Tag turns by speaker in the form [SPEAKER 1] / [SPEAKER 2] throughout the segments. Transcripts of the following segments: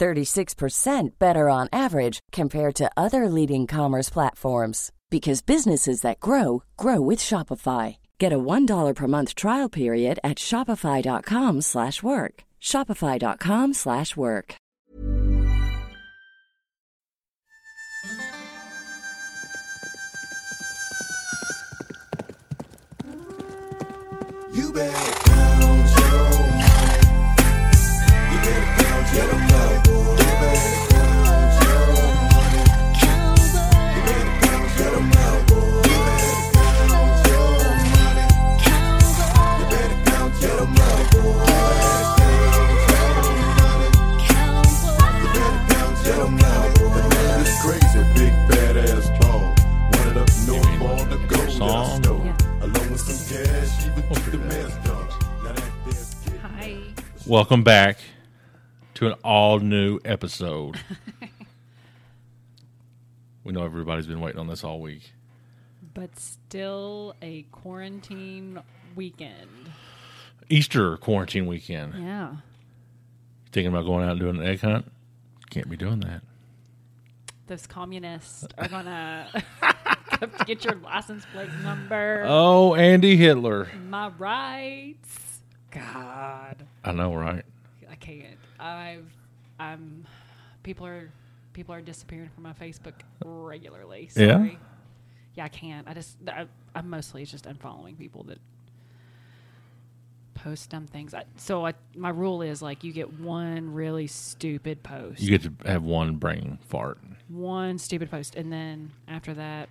[SPEAKER 1] 36% better on average compared to other leading commerce platforms because businesses that grow grow with Shopify. Get a $1 per month trial period at shopify.com/work. slash work. shopify.com/work. slash work.
[SPEAKER 2] You better count your money. You better count your money, boy. You better count your money. You better count your money, boy. You better count your money. You better count your money, boy. You better count your money, boy. The man is crazy, big badass ball. Wanted up north, born to go.
[SPEAKER 3] song?
[SPEAKER 2] Along with some cash, even took the mask off. Now that there's kid.
[SPEAKER 4] Hi.
[SPEAKER 3] Welcome back to an all new episode. we know everybody's been waiting on this all week.
[SPEAKER 4] But still a quarantine weekend.
[SPEAKER 3] Easter quarantine weekend.
[SPEAKER 4] Yeah.
[SPEAKER 3] Thinking about going out and doing an egg hunt? Can't be doing that.
[SPEAKER 4] Those communists are gonna have to get your license plate number.
[SPEAKER 3] Oh, Andy Hitler.
[SPEAKER 4] My rights. God.
[SPEAKER 3] I know, right?
[SPEAKER 4] I can't. I've I'm people are people are disappearing from my Facebook regularly. Sorry.
[SPEAKER 3] Yeah?
[SPEAKER 4] Yeah, I can't. I just I, I'm mostly just unfollowing people that post dumb things. I, so I my rule is like you get one really stupid post.
[SPEAKER 3] You get to have one brain fart.
[SPEAKER 4] one stupid post and then after that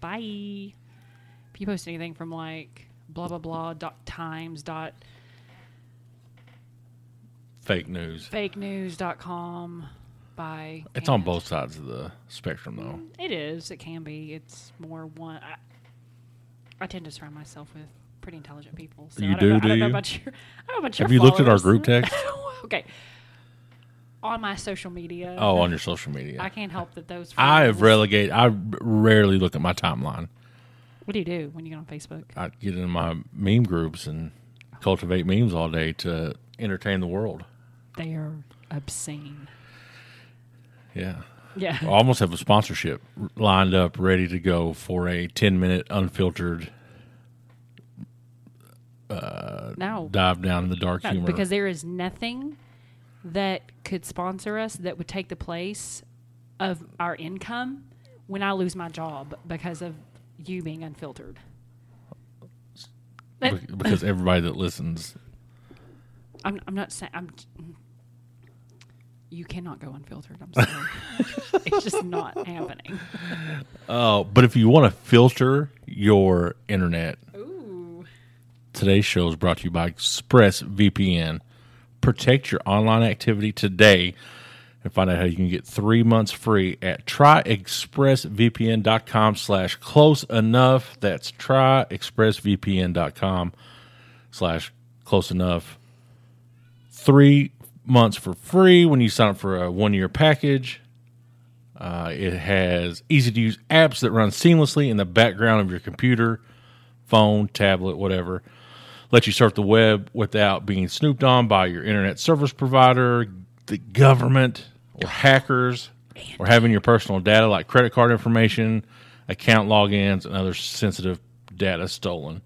[SPEAKER 4] bye if you post anything from like blah blah blah dot times dot
[SPEAKER 3] Fake news.
[SPEAKER 4] fake news dot com bye
[SPEAKER 3] It's on
[SPEAKER 4] And-
[SPEAKER 3] both sides of the spectrum, though.
[SPEAKER 4] It is. It can be. It's more one. I, I tend to surround myself with pretty intelligent people. So
[SPEAKER 3] You
[SPEAKER 4] I don't know,
[SPEAKER 3] do,
[SPEAKER 4] I
[SPEAKER 3] do
[SPEAKER 4] don't know
[SPEAKER 3] you?
[SPEAKER 4] about your. I don't know about your
[SPEAKER 3] Have you looked at our
[SPEAKER 4] followers. Oh,
[SPEAKER 3] group text?
[SPEAKER 4] okay. On my social media.
[SPEAKER 3] Oh, on your social
[SPEAKER 4] I
[SPEAKER 3] media.
[SPEAKER 4] can't help that those.
[SPEAKER 3] I have
[SPEAKER 4] friends-
[SPEAKER 3] relegated, I rarely look at my timeline.
[SPEAKER 4] What do you do when you get on Facebook?
[SPEAKER 3] I get in my meme groups and cultivate memes all day to entertain the world.
[SPEAKER 4] They are obscene.
[SPEAKER 3] Yeah.
[SPEAKER 4] Yeah.
[SPEAKER 3] I almost have a sponsorship lined up, ready to go for a 10 minute unfiltered
[SPEAKER 4] no.
[SPEAKER 3] dive down in the dark
[SPEAKER 4] No,
[SPEAKER 3] humor.
[SPEAKER 4] because there is nothing that could sponsor us that would take the place of our income when I lose my job because of you being unfiltered.
[SPEAKER 3] Be- because everybody that listens,
[SPEAKER 4] I'm, I'm not saying I'm. mm. You cannot go unfiltered. I'm sorry, it's just not happening.
[SPEAKER 3] oh, but if you want to filter your internet,
[SPEAKER 4] Ooh,
[SPEAKER 3] today's show is brought to you by ExpressVPN. Protect your online activity today and find out how you can get three months free at tryexpressvpn.com slash close enough. That's tryexpressvpn.com slash close enough. Three months for free when you sign up for a one year package. Uh, it has easy to use apps that run seamlessly in the background of your computer, phone, tablet, whatever. Let you surf the web without being snooped on by your internet service provider, the government, or hackers, or having your personal data like credit card information, account logins, and other sensitive data stolen.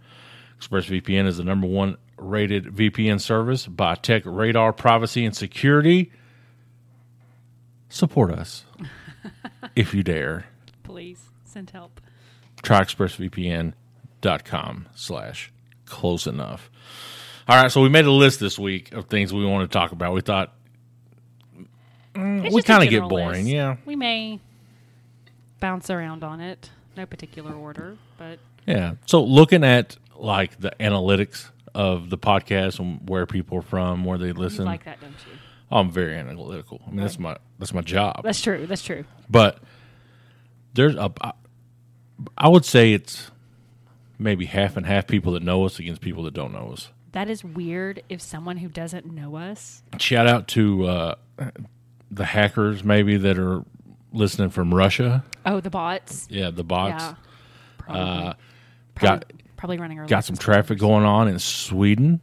[SPEAKER 3] ExpressVPN is the number one rated VPN service by Tech Radar Privacy and Security. Support us if you dare.
[SPEAKER 4] please send help.
[SPEAKER 3] TryExpressVPN.com slash close enough. All right, so we made a list this week of things we want to talk about. We thought
[SPEAKER 4] It's
[SPEAKER 3] Mm, we
[SPEAKER 4] just a
[SPEAKER 3] kind of get
[SPEAKER 4] general
[SPEAKER 3] boring,
[SPEAKER 4] list.
[SPEAKER 3] yeah.
[SPEAKER 4] we may bounce around on it. No particular order, but
[SPEAKER 3] Yeah. So looking at like the analytics of the podcast and where people are from, where they
[SPEAKER 4] you
[SPEAKER 3] listen,
[SPEAKER 4] like that, don't you?
[SPEAKER 3] I'm very analytical. I mean, that's my that's my job.
[SPEAKER 4] That's true. That's true.
[SPEAKER 3] But there's a I- I would say it's maybe half and half people that know us against people that don't know us.
[SPEAKER 4] That is weird if someone who doesn't know us.
[SPEAKER 3] Shout out to uh, the hackers maybe that are listening from Russia.
[SPEAKER 4] Oh, the bots.
[SPEAKER 3] Yeah, the bots
[SPEAKER 4] Yeah.
[SPEAKER 3] Uh,
[SPEAKER 4] Probably.
[SPEAKER 3] got-
[SPEAKER 4] probably, probably running our
[SPEAKER 3] got
[SPEAKER 4] license
[SPEAKER 3] some
[SPEAKER 4] plate.
[SPEAKER 3] traffic going on in Sweden.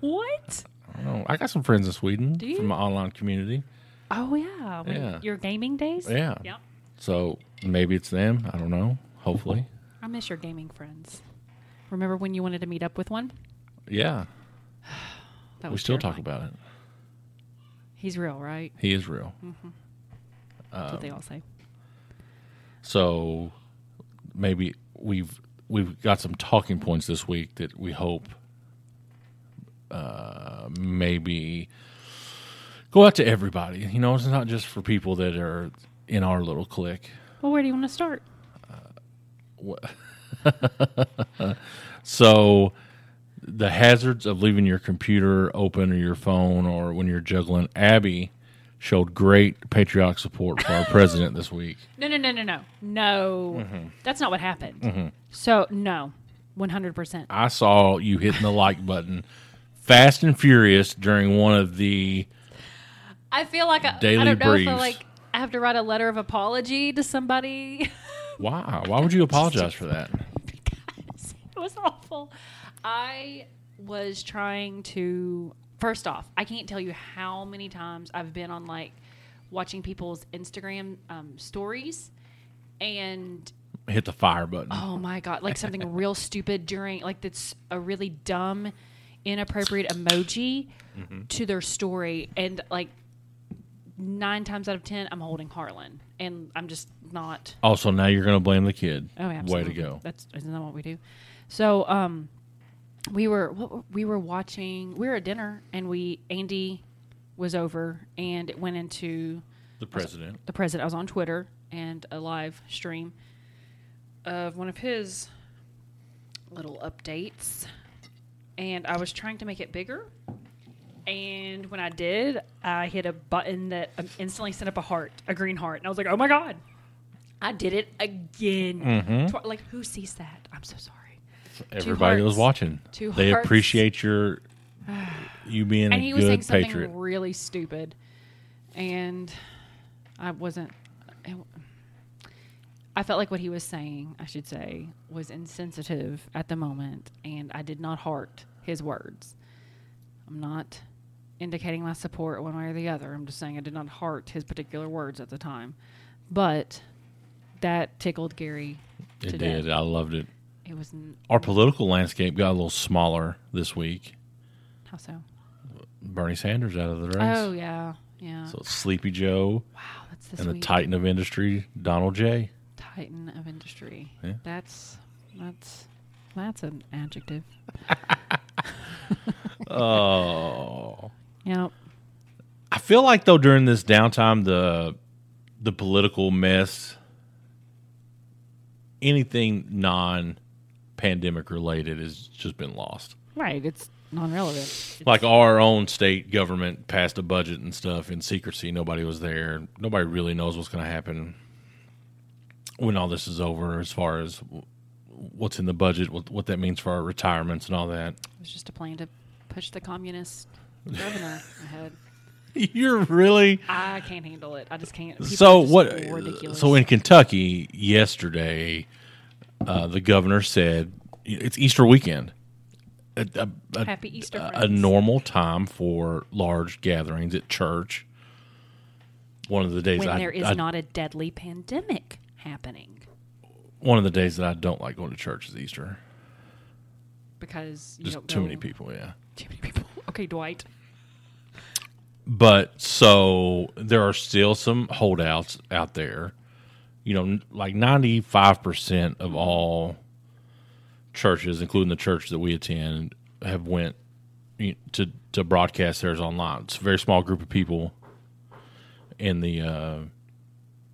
[SPEAKER 4] What?
[SPEAKER 3] Oh, I got some friends in Sweden
[SPEAKER 4] you?
[SPEAKER 3] from my online community.
[SPEAKER 4] Oh yeah. When-
[SPEAKER 3] Yeah.
[SPEAKER 4] Your gaming days?
[SPEAKER 3] Yeah.
[SPEAKER 4] Yep.
[SPEAKER 3] So maybe it's them. I don't know. Hopefully.
[SPEAKER 4] I miss your gaming friends. Remember when you wanted to meet up with one?
[SPEAKER 3] Yeah.
[SPEAKER 4] That
[SPEAKER 3] We
[SPEAKER 4] was
[SPEAKER 3] still
[SPEAKER 4] terrifying.
[SPEAKER 3] talk about it.
[SPEAKER 4] He's real, right?
[SPEAKER 3] He is real.
[SPEAKER 4] That's what they
[SPEAKER 3] Um,
[SPEAKER 4] all say.
[SPEAKER 3] So maybe we've we've got some talking points this week that we hope uh, maybe go out to everybody. You know, it's not just for people that are in our little clique.
[SPEAKER 4] Well, where do you want to start?
[SPEAKER 3] So the hazards of leaving your computer open or your phone or when you're juggling. Abby showed great patriotic support for our president this week.
[SPEAKER 4] No, no, no, no, no, no.
[SPEAKER 3] Mm-hmm.
[SPEAKER 4] That's not what happened. So no, one hundred percent.
[SPEAKER 3] I saw you hitting the like button fast and furious during one of the
[SPEAKER 4] I feel like I,
[SPEAKER 3] Daily
[SPEAKER 4] I don't know if I
[SPEAKER 3] briefs.
[SPEAKER 4] like I have to write a letter of apology to somebody.
[SPEAKER 3] Why? Why would you apologize for that?
[SPEAKER 4] because it was awful. I was trying to. First off, I can't tell you how many times I've been on like watching people's Instagram um, stories, and
[SPEAKER 3] Hit the fire button.
[SPEAKER 4] oh my god, like something real stupid during like that's a really dumb, inappropriate emoji
[SPEAKER 3] Mm-hmm.
[SPEAKER 4] to their story, and like nine times out of ten, I'm holding Harlan, and I'm just not
[SPEAKER 3] Also, now you're going to blame the kid.
[SPEAKER 4] Oh, absolutely.
[SPEAKER 3] Way to go.
[SPEAKER 4] That's isn't that what we do? So, um, we were what, we were watching. We were at dinner, and we Andy was over, and it went into
[SPEAKER 3] The president.
[SPEAKER 4] the president. I was on Twitter and a live stream of one of his little updates, and I was trying to make it bigger. And when I did, I hit a button that um, instantly sent up a heart, a green heart, and I was like, "Oh my god, I did it again!" Twi- like, who sees that? I'm so sorry.
[SPEAKER 3] Everybody that was
[SPEAKER 4] hearts.
[SPEAKER 3] watching.
[SPEAKER 4] Two
[SPEAKER 3] they
[SPEAKER 4] hearts.
[SPEAKER 3] appreciate your you being
[SPEAKER 4] And
[SPEAKER 3] a
[SPEAKER 4] he was saying
[SPEAKER 3] good
[SPEAKER 4] something
[SPEAKER 3] patriot.
[SPEAKER 4] really stupid, and I wasn't. I felt like what he was saying, I should say, was insensitive at the moment, and I did not heart his words. I'm not indicating my support one way or the other. I'm just saying I did not heart his particular words at the time, but that tickled Gary.
[SPEAKER 3] it
[SPEAKER 4] to
[SPEAKER 3] did.
[SPEAKER 4] death.
[SPEAKER 3] I loved it.
[SPEAKER 4] It was n-
[SPEAKER 3] Our political landscape got a little smaller this week.
[SPEAKER 4] how so?
[SPEAKER 3] Bernie Sanders out of the race.
[SPEAKER 4] Oh yeah, yeah.
[SPEAKER 3] So it's Sleepy Joe
[SPEAKER 4] wow, that's this
[SPEAKER 3] and the
[SPEAKER 4] week.
[SPEAKER 3] Titan of industry, Donald J.
[SPEAKER 4] titan of industry.
[SPEAKER 3] Yeah.
[SPEAKER 4] That's that's that's an adjective.
[SPEAKER 3] Oh.
[SPEAKER 4] Yep.
[SPEAKER 3] I feel like though during this downtime, the the political mess, anything non pandemic related has just been lost.
[SPEAKER 4] Right. It's non-relevant.
[SPEAKER 3] Like our own state government passed a budget and stuff in secrecy. Nobody was there. Nobody really knows what's going to happen when all this is over, as far as w- what's in the budget, what, what that means for our retirements and all that.
[SPEAKER 4] It was just a plan to push the communist governor ahead.
[SPEAKER 3] You're really
[SPEAKER 4] I can't handle it. I just can't. People
[SPEAKER 3] so
[SPEAKER 4] are just
[SPEAKER 3] what?
[SPEAKER 4] Ridiculous.
[SPEAKER 3] So in Kentucky yesterday, uh, the governor said it's Easter weekend, a, a- a-
[SPEAKER 4] Happy Easter,
[SPEAKER 3] a
[SPEAKER 4] friends.
[SPEAKER 3] normal time for large gatherings at church. One of the days
[SPEAKER 4] when
[SPEAKER 3] I,
[SPEAKER 4] there is
[SPEAKER 3] I-
[SPEAKER 4] not a deadly pandemic happening,
[SPEAKER 3] one of the days that I don't like going to church is Easter.
[SPEAKER 4] because you
[SPEAKER 3] Just
[SPEAKER 4] don't
[SPEAKER 3] too many
[SPEAKER 4] go-
[SPEAKER 3] people, yeah.
[SPEAKER 4] Too many people. Okay, Dwight.
[SPEAKER 3] But so there are still some holdouts out there. You know, n- like 95% of all churches, including the church that we attend, have went you- to to broadcast theirs online. It's a very small group of people in the uh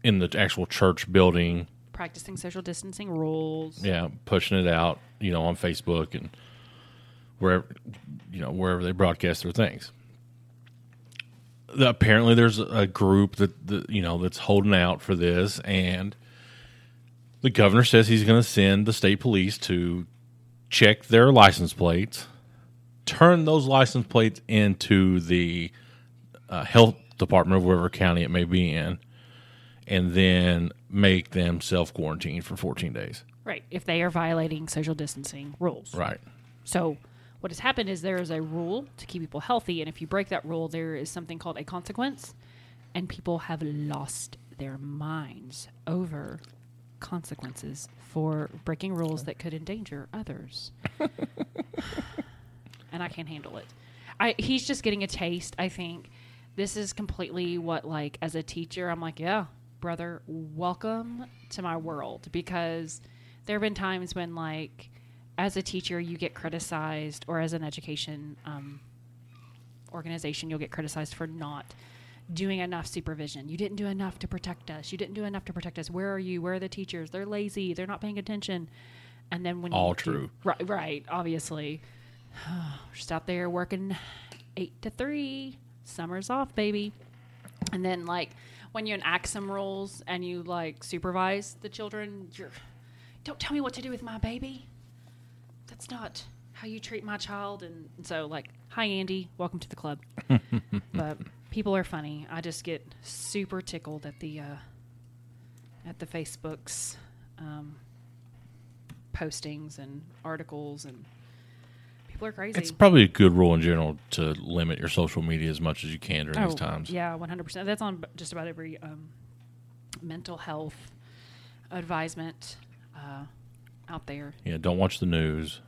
[SPEAKER 3] in the actual church building,
[SPEAKER 4] Practicing social distancing rules.
[SPEAKER 3] yeah, pushing it out, you know, on Facebook and wherever, you know, wherever they broadcast their things. The- apparently, there's a group that, that you know that's holding out for this, and The governor says he's going to send the state police to check their license plates, turn those license plates into the uh, health department of whatever county it may be in, and then make them self quarantine for 14 days.
[SPEAKER 4] Right. If they are violating social distancing rules.
[SPEAKER 3] Right.
[SPEAKER 4] So, what has happened is there is a rule to keep people healthy, and if you break that rule, there is something called a consequence, and people have lost their minds over consequences for breaking rules that could endanger others. and I can't handle it. I he's just getting a taste, I think. This is completely what like as a teacher I'm like, yeah, brother, welcome to my world because there've been times when like as a teacher you get criticized or as an education um, organization you'll get criticized for not doing enough supervision. You didn't do enough to protect us. You didn't do enough to protect us. Where are you? Where are the teachers? They're lazy. They're not paying attention. And then when
[SPEAKER 3] All
[SPEAKER 4] you do-
[SPEAKER 3] true.
[SPEAKER 4] right, right, obviously, just out there working eight to three. Summer's off, baby. And then like when you enact some rules and you like supervise the children, you're don't tell me what to do with my baby. That's not how you treat my child. And so like, hi Andy, welcome to the club. but people are funny. I just get super tickled at the uh, at the Facebook's um, postings and articles and people are crazy.
[SPEAKER 3] It's probably a good rule in general to limit your social media as much as you can during these times.
[SPEAKER 4] Oh, Yeah, one hundred percent. That's on b- just about every um, mental health advisement uh, out there.
[SPEAKER 3] Yeah, don't watch the news.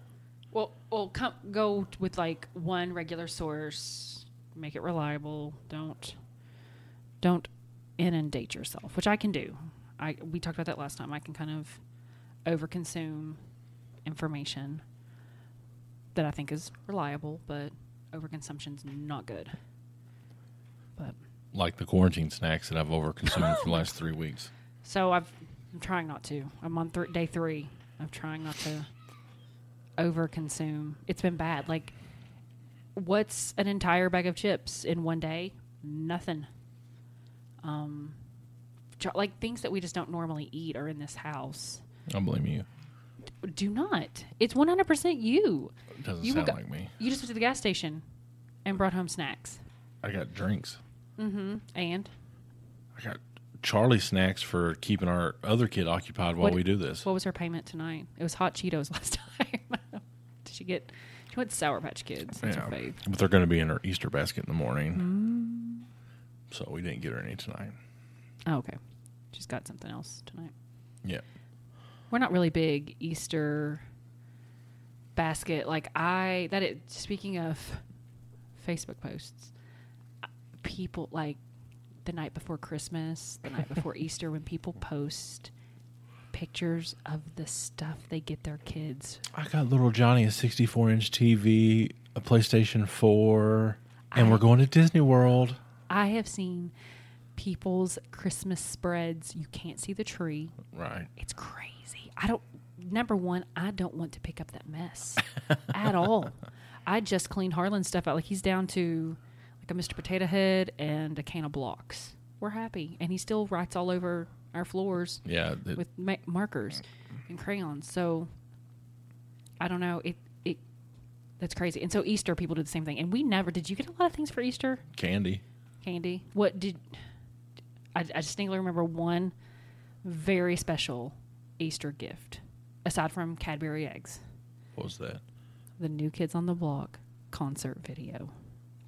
[SPEAKER 4] Well, well, come go t- with like one regular source. Make it reliable. Don't don't inundate yourself, which I can do. I we talked about that last time. I can kind of overconsume information that I think is reliable, but overconsumption's not good. But
[SPEAKER 3] Like the quarantine snacks that I've overconsumed for the last three weeks.
[SPEAKER 4] So I've, I'm trying not to. I'm on th- day three of trying not to overconsume. It's been bad. Like, what's an entire bag of chips in one day? Nothing. Um, cho- like things that we just don't normally eat are in this house.
[SPEAKER 3] I blame you.
[SPEAKER 4] Do not. It's 100% you.
[SPEAKER 3] It doesn't
[SPEAKER 4] You will
[SPEAKER 3] sound
[SPEAKER 4] go-
[SPEAKER 3] like me.
[SPEAKER 4] You just went to the gas station and brought home snacks.
[SPEAKER 3] I got drinks.
[SPEAKER 4] And
[SPEAKER 3] I got Charlie snacks for keeping our other kid occupied while
[SPEAKER 4] What-
[SPEAKER 3] we do this.
[SPEAKER 4] what was her payment tonight? It was hot Cheetos last time. Did she get? She went Sour Patch Kids. That's
[SPEAKER 3] Yeah.
[SPEAKER 4] her fave.
[SPEAKER 3] But they're going to be in her Easter basket in the morning.
[SPEAKER 4] Mm.
[SPEAKER 3] So we didn't get her any tonight.
[SPEAKER 4] Oh, okay. She's got something else tonight.
[SPEAKER 3] Yeah.
[SPEAKER 4] We're not really big Easter basket. Like I that it speaking of Facebook posts, uh, people like the night before Christmas, the night before Easter when people post pictures of the stuff they get their kids.
[SPEAKER 3] I got little Johnny a 64 inch TV, a PlayStation 4, and we're going to Disney World.
[SPEAKER 4] I have seen people's Christmas spreads. You can't see the tree.
[SPEAKER 3] Right.
[SPEAKER 4] It's crazy. I don't. Number one, I don't want to pick up that mess at all. I just cleaned Harlan's stuff out. Like he's down to like a Mr. Potato Head and a can of blocks. We're happy, and he still writes all over our floors
[SPEAKER 3] Yeah. th-
[SPEAKER 4] with ma- markers and crayons. So I don't know. It it that's crazy. And so Easter people do the same thing. And we never did. You get a lot of things for Easter
[SPEAKER 3] candy.
[SPEAKER 4] candy. What did I, I distinctly remember one very special Easter gift aside from Cadbury eggs,
[SPEAKER 3] What was that?
[SPEAKER 4] the New Kids on the Block concert video,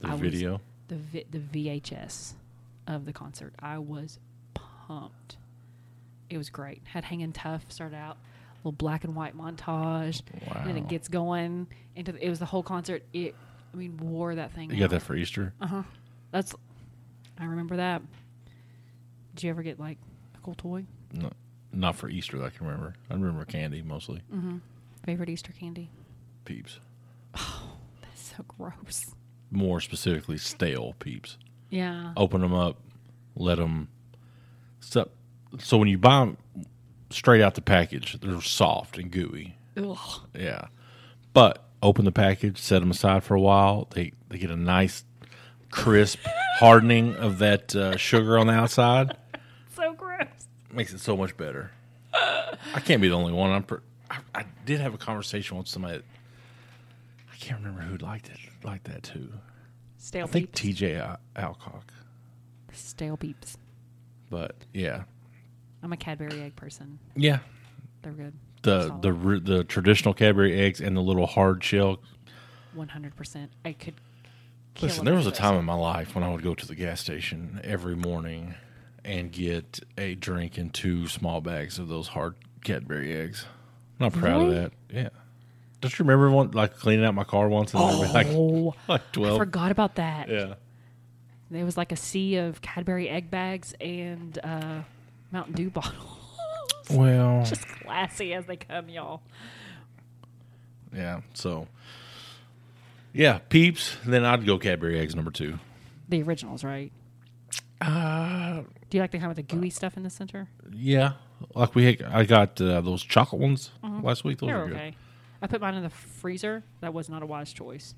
[SPEAKER 3] The
[SPEAKER 4] I was-
[SPEAKER 3] video?
[SPEAKER 4] the vi- the VHS of the concert. I was pumped. It was great. Had hanging tough started out little black and white montage, and then
[SPEAKER 3] Wow.
[SPEAKER 4] it gets going into the, it was the whole concert. It I mean wore that thing.
[SPEAKER 3] You got
[SPEAKER 4] out.
[SPEAKER 3] that for Easter?
[SPEAKER 4] uh, That's I remember that. Did you ever get like a cool toy?
[SPEAKER 3] No, not for Easter that I can remember. I remember candy mostly.
[SPEAKER 4] Mm. Favorite Easter candy?
[SPEAKER 3] Peeps.
[SPEAKER 4] That's so gross.
[SPEAKER 3] More specifically, stale peeps.
[SPEAKER 4] Yeah.
[SPEAKER 3] Open them up, let them. So, so when you buy them straight out the package, they're soft and gooey.
[SPEAKER 4] Ugh.
[SPEAKER 3] Yeah. But open the package, set them aside for a while. They they get a nice, crisp hardening of that uh, sugar on the outside.
[SPEAKER 4] So gross.
[SPEAKER 3] Makes it so much better. I can't be the only one. I'm. Per- I, I did have a conversation with somebody. that- I can't remember who liked it like that too.
[SPEAKER 4] Stale
[SPEAKER 3] I think
[SPEAKER 4] peeps.
[SPEAKER 3] T.J. Al- Alcock,
[SPEAKER 4] Stale peeps.
[SPEAKER 3] but yeah,
[SPEAKER 4] I'm a Cadbury egg person.
[SPEAKER 3] yeah.
[SPEAKER 4] They're good.
[SPEAKER 3] The the re- the traditional Cadbury eggs and the little hard shell.
[SPEAKER 4] one hundred percent. I could. kill
[SPEAKER 3] Listen, there was a
[SPEAKER 4] for
[SPEAKER 3] time
[SPEAKER 4] those.
[SPEAKER 3] in my life when I would go to the gas station every morning and get a drink and two small bags of those hard Cadbury eggs. I'm not proud
[SPEAKER 4] Really?
[SPEAKER 3] of that. Yeah. Don't you remember one like cleaning out my car once and there'd be like
[SPEAKER 4] Oh,
[SPEAKER 3] like
[SPEAKER 4] I
[SPEAKER 3] twelve?
[SPEAKER 4] forgot about that.
[SPEAKER 3] Yeah.
[SPEAKER 4] There was like a sea of Cadbury egg bags and uh, Mountain Dew bottles.
[SPEAKER 3] Well,
[SPEAKER 4] Just classy as they come, y'all.
[SPEAKER 3] yeah. So, yeah, peeps. Then I'd go Cadbury eggs number two.
[SPEAKER 4] The originals, right? Uh, Do you like the kind with the gooey stuff in the center?
[SPEAKER 3] Yeah, like we had, I got uh, those chocolate ones last week. Those
[SPEAKER 4] Mm-hmm. They're
[SPEAKER 3] were good.
[SPEAKER 4] okay. I put mine in the freezer. That was not a wise choice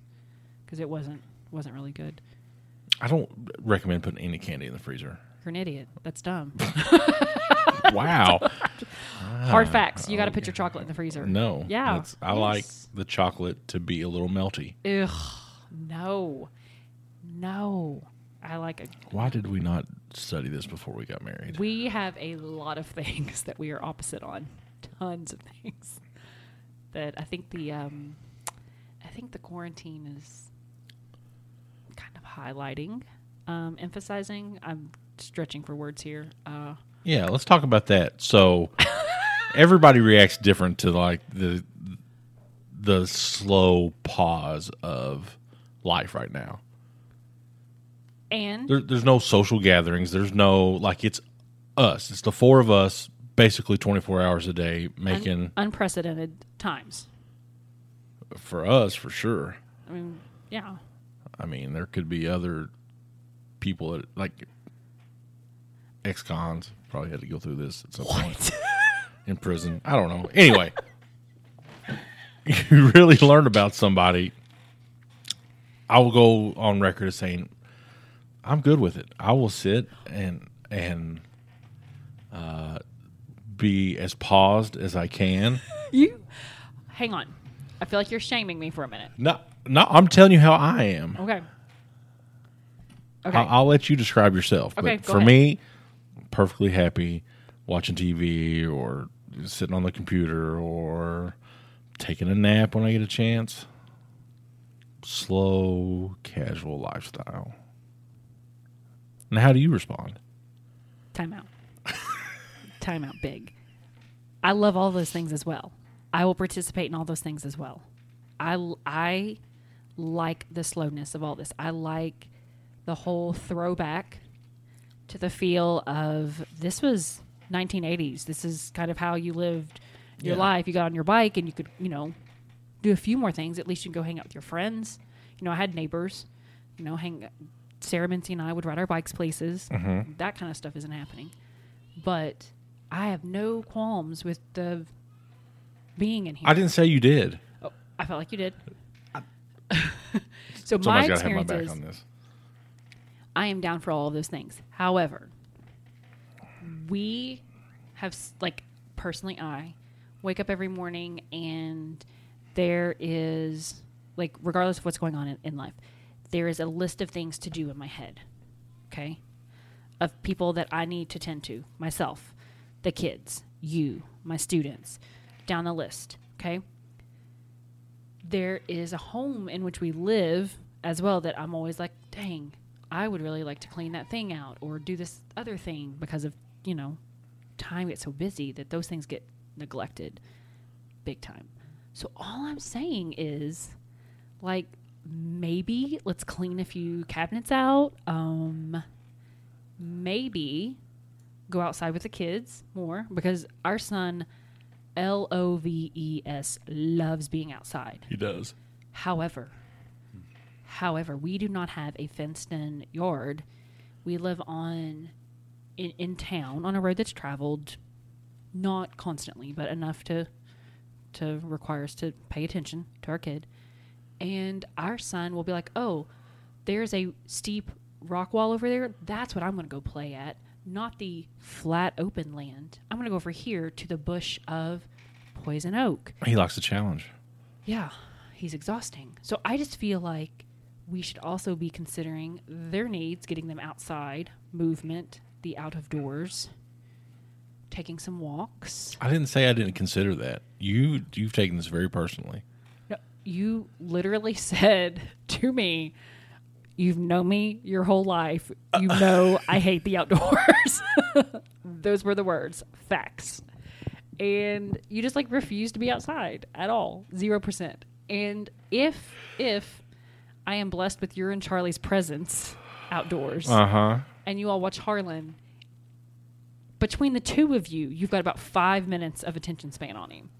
[SPEAKER 4] because it wasn't wasn't really good.
[SPEAKER 3] I don't recommend putting any candy in the freezer.
[SPEAKER 4] You're an idiot. That's dumb.
[SPEAKER 3] Wow.
[SPEAKER 4] Hard facts. You got to put your chocolate in the freezer.
[SPEAKER 3] Ah, oh, no.
[SPEAKER 4] Yeah.
[SPEAKER 3] that's- I like
[SPEAKER 4] Yes.
[SPEAKER 3] the chocolate to be a little melty.
[SPEAKER 4] Ugh, no, no. I like a.
[SPEAKER 3] Why did we not study this before we got married?
[SPEAKER 4] We have a lot of things that we are opposite on. Tons of things that I think the um, I think the quarantine is kind of highlighting, um, emphasizing. I'm stretching for words here. Uh,
[SPEAKER 3] Yeah, let's talk about that. So everybody reacts different to like the the slow pause of life right now.
[SPEAKER 4] and
[SPEAKER 3] There, there's no social gatherings. There's no like it's us. It's the four of us basically 24 hours a day making
[SPEAKER 4] unprecedented times.
[SPEAKER 3] for us for sure.
[SPEAKER 4] I mean, yeah.
[SPEAKER 3] I mean, there could be other people that like ex-cons probably had to go through this at some point in prison. I don't know. Anyway, you really learn about somebody. I will go on record as saying I'm good with it. I will sit and and uh, be as paused as I can.
[SPEAKER 4] You hang on. I feel like you're shaming me for a minute.
[SPEAKER 3] No, no, I'm telling you how I am.
[SPEAKER 4] Okay. Okay.
[SPEAKER 3] I'll, I'll let you describe yourself.
[SPEAKER 4] Okay,
[SPEAKER 3] but
[SPEAKER 4] go
[SPEAKER 3] for
[SPEAKER 4] ahead.
[SPEAKER 3] me, perfectly happy watching TV or sitting on the computer or taking a nap when I get a chance. Slow, casual lifestyle. And how do you respond?
[SPEAKER 4] Time out. Time out big. I love all those things as well. I will participate in all those things as well. I, I like the slowness of all this. I like the whole throwback to the feel of this was 1980s. This is kind of how you lived your
[SPEAKER 3] Yeah.
[SPEAKER 4] life. You got on your bike and you could, you know, do a few more things. At least you can go hang out with your friends. You know, I had neighbors, you know, hang Sarah Mincy and I would ride our bikes places. That kind of stuff isn't happening. But I have no qualms with the being in here.
[SPEAKER 3] I didn't say you did.
[SPEAKER 4] Oh, I felt like you did. so my
[SPEAKER 3] Somebody's got to have my
[SPEAKER 4] experience
[SPEAKER 3] back
[SPEAKER 4] is
[SPEAKER 3] on this.
[SPEAKER 4] I am down for all of those things. However, we have s- like personally I wake up every morning and there is like regardless of what's going on in, in life, there is a list of things to do in my head. Okay? Of people that I need to tend to, myself, the kids, you, my students, down the list, okay? there is a home in which we live as well that I'm always like, dang, I would really like to clean that thing out or do this other thing because of, you know, time gets so busy that those things get neglected big time. So all I'm saying is like maybe let's clean a few cabinets out. Um maybe go outside with the kids more because our son L O V E S loves being outside.
[SPEAKER 3] He does.
[SPEAKER 4] However, however, we do not have a fenced-in yard. We live on in, in town on a road that's traveled, not constantly, but enough to to require us to pay attention to our kid. And our son will be like, "Oh, there's a steep rock wall over there. That's what I'm going to go play at. not the flat open land. I'm going to go over here to the bush of poison oak.
[SPEAKER 3] He likes the challenge.
[SPEAKER 4] Yeah, he's exhausting. So I just feel like we should also be considering their needs, getting them outside, movement, the out of doors, taking some walks.
[SPEAKER 3] I didn't say I didn't consider that. You you've taken this very personally.
[SPEAKER 4] No, you literally said to me, You've known me your whole life. You know I hate the outdoors. Those were the words. Facts. And you just like refuse to be outside at all. Zero percent. And if if I am blessed with your and Charlie's presence outdoors
[SPEAKER 3] Uh huh.
[SPEAKER 4] and you all watch Harlan, between the two of you, you've got about five minutes of attention span on him.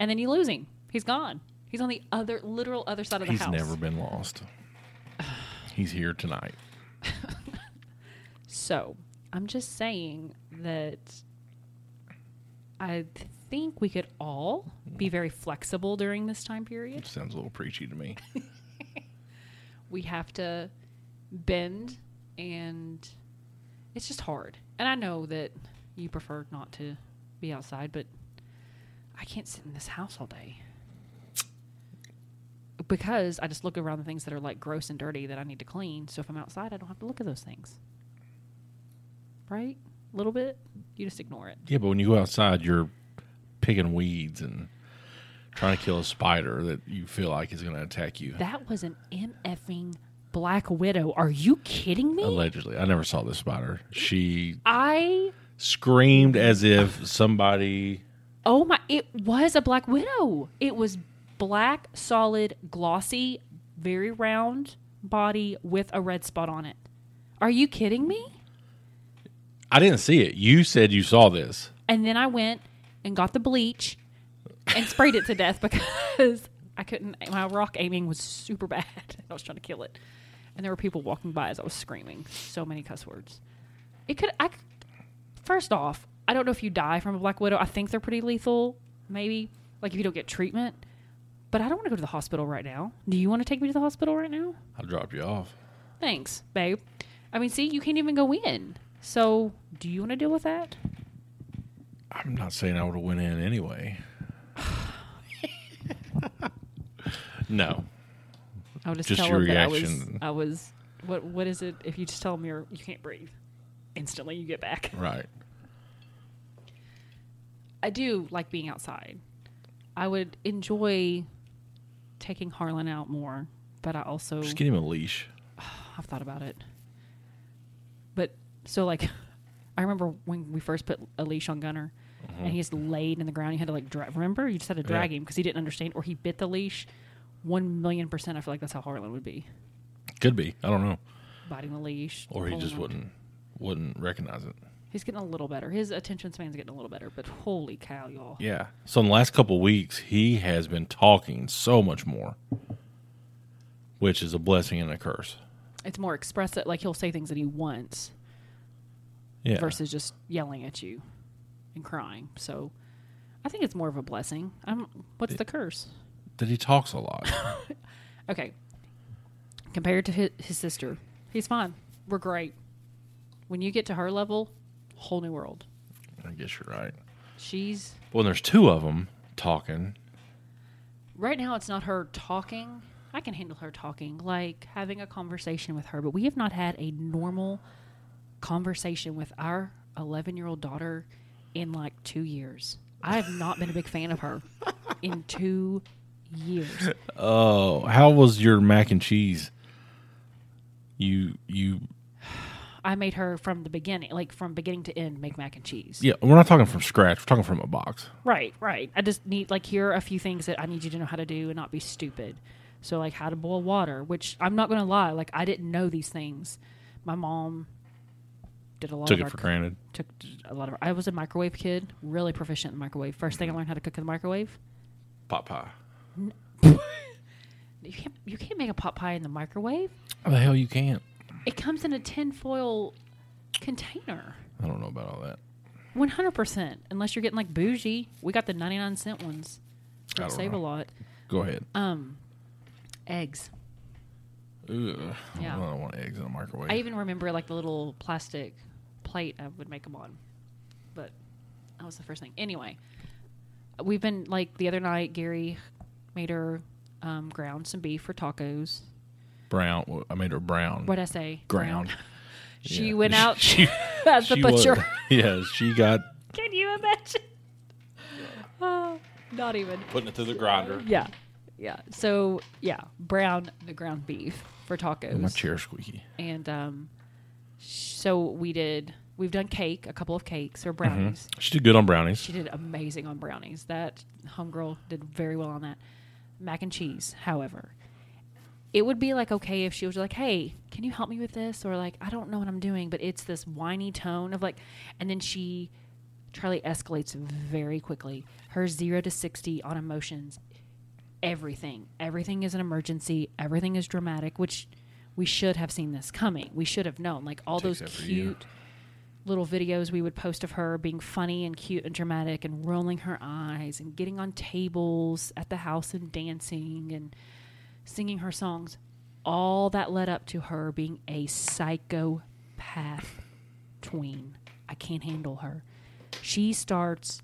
[SPEAKER 4] And then you lose him. He's gone. He's on the other literal other side of the
[SPEAKER 3] He's
[SPEAKER 4] house.
[SPEAKER 3] never been lost. He's here tonight.
[SPEAKER 4] So I'm just saying that I think we could all be very flexible during this time period.
[SPEAKER 3] Sounds a little preachy to me.
[SPEAKER 4] We have to bend, and it's just hard. And I know that you prefer not to be outside, but I can't sit in this house all day. Because I just look around the things that are like gross and dirty that I need to clean. So if I'm outside, I don't have to look at those things. Right? A little bit. You just ignore it.
[SPEAKER 3] Yeah, but when you go outside, you're picking weeds and trying to kill a spider that you feel like is going to attack you.
[SPEAKER 4] That was an MFing Black Widow. Are you kidding me?
[SPEAKER 3] Allegedly, I never saw this spider. She
[SPEAKER 4] I
[SPEAKER 3] screamed as if somebody.
[SPEAKER 4] oh my! It was a Black Widow. It was black, solid, glossy, very round body with a red spot on it. Are you kidding me?
[SPEAKER 3] I didn't see it. You said you saw this.
[SPEAKER 4] And then I went and got the bleach and sprayed it to death because I couldn't. My rock aiming was super bad. I was trying to kill it, and there were people walking by as I was screaming so many cuss words. It could. I c- first off, I don't know if you die from a black widow. I think they're pretty lethal. Maybe like if you don't get treatment. But I don't want to go to the hospital right now. Do you want to take me to the hospital right now?
[SPEAKER 3] I dropped you off.
[SPEAKER 4] Thanks, babe. I mean, see, you can't even go in. So, do you want to deal with that?
[SPEAKER 3] I'm not saying I would have went in anyway. no,
[SPEAKER 4] I would just,
[SPEAKER 3] Just
[SPEAKER 4] tell
[SPEAKER 3] your
[SPEAKER 4] him
[SPEAKER 3] reaction.
[SPEAKER 4] that I was, I was. What what is it? If you just tell him you're you can't breathe, instantly you get back.
[SPEAKER 3] right.
[SPEAKER 4] I do like being outside. I would enjoy taking Harlan out more, but I also
[SPEAKER 3] Just get him a leash.
[SPEAKER 4] I've thought about it. But so like, I remember when we first put a leash on Gunner, and he just laid in the ground. You had to like drag. Remember, you just had to drag
[SPEAKER 3] Mm-hmm. Yeah.
[SPEAKER 4] him because he didn't understand, or he bit the leash. One million percent, I feel like that's how Harlan would be
[SPEAKER 3] Could be. I don't know.
[SPEAKER 4] biting the leash,
[SPEAKER 3] Or he
[SPEAKER 4] pulling
[SPEAKER 3] just
[SPEAKER 4] on-
[SPEAKER 3] wouldn't wouldn't recognize it.
[SPEAKER 4] He's getting a little better. His attention span's getting a little better, but holy cow, y'all.
[SPEAKER 3] Yeah. So in the last couple weeks, he has been talking so much more, which is a blessing and a curse.
[SPEAKER 4] It's more expressive. Like, he'll say things that he wants
[SPEAKER 3] Yeah.
[SPEAKER 4] versus just yelling at you and crying. So I think it's more of a blessing. I'm, what's the curse?
[SPEAKER 3] that he talks a lot.
[SPEAKER 4] Okay. Compared to his, his sister, he's fine. We're great. When you get to her level, whole new world.
[SPEAKER 3] I guess you're right.
[SPEAKER 4] She's
[SPEAKER 3] When there's two of them talking,
[SPEAKER 4] right now it's not her talking i can handle her talking like having a conversation with her but we have not had a normal conversation with our 11 year old daughter in like two years i have not been a big fan of her in two years
[SPEAKER 3] oh, how was your mac and cheese? You you
[SPEAKER 4] i made her from the beginning like from beginning to end make mac and cheese
[SPEAKER 3] yeah. We're not talking from scratch. We're talking from a box.
[SPEAKER 4] Right, right. I just need like here are a few things that I need you to know how to do and not be stupid. So like how to boil water, which I'm not gonna lie, like I didn't know these things. My mom did a lot
[SPEAKER 3] Took
[SPEAKER 4] of
[SPEAKER 3] it
[SPEAKER 4] our
[SPEAKER 3] for granted.
[SPEAKER 4] took a lot of I was a microwave kid, really proficient in the microwave. First
[SPEAKER 3] Mm-hmm.
[SPEAKER 4] thing I learned how to cook in the microwave.
[SPEAKER 3] Pot pie.
[SPEAKER 4] You can't you can't make a pot pie in the microwave.
[SPEAKER 3] How the hell you can't?
[SPEAKER 4] It comes in a tin foil container.
[SPEAKER 3] I don't know about all that.
[SPEAKER 4] One hundred percent. Unless you're getting like bougie. We got the ninety nine cent ones.
[SPEAKER 3] I
[SPEAKER 4] They
[SPEAKER 3] don't
[SPEAKER 4] save
[SPEAKER 3] know.
[SPEAKER 4] a lot. Um,
[SPEAKER 3] Go ahead.
[SPEAKER 4] Eggs.
[SPEAKER 3] Ugh. I
[SPEAKER 4] yeah.
[SPEAKER 3] don't want eggs in a microwave.
[SPEAKER 4] I even remember like the little plastic plate, I would make them on. But that was the first thing. Anyway, we've been like the other night. Gary made her um, ground some beef for tacos.
[SPEAKER 3] Brown. I made her brown.
[SPEAKER 4] What would I say?
[SPEAKER 3] Ground.
[SPEAKER 4] She
[SPEAKER 3] Yeah.
[SPEAKER 4] went out
[SPEAKER 3] She-
[SPEAKER 4] as the
[SPEAKER 3] she was-
[SPEAKER 4] butcher.
[SPEAKER 3] yeah, she got
[SPEAKER 4] Can you imagine? Oh, not even.
[SPEAKER 3] putting it through the grinder.
[SPEAKER 4] Yeah. Yeah. So, yeah, brown the ground beef for tacos.
[SPEAKER 3] My chair squeaky.
[SPEAKER 4] And um so we did we've done cake, a couple of cakes or brownies.
[SPEAKER 3] She did good on brownies.
[SPEAKER 4] She did amazing on brownies. That homegirl did very well on that. Mac and cheese, however, it would be like okay if she was like, "Hey, can you help me with this?" or like, "I don't know what I'm doing," but it's this whiny tone of like, and then she, Charlie escalates very quickly. Her zero to sixty on emotions, everything, everything is an emergency. Everything is dramatic, which we should have seen this coming. We should have known. Like all
[SPEAKER 3] Takes
[SPEAKER 4] those
[SPEAKER 3] after you.
[SPEAKER 4] cute little videos we would post of her being funny and cute and dramatic and rolling her eyes and getting on tables at the house and dancing and singing her songs. All that led up to her being a psychopath tween. I can't handle her. She starts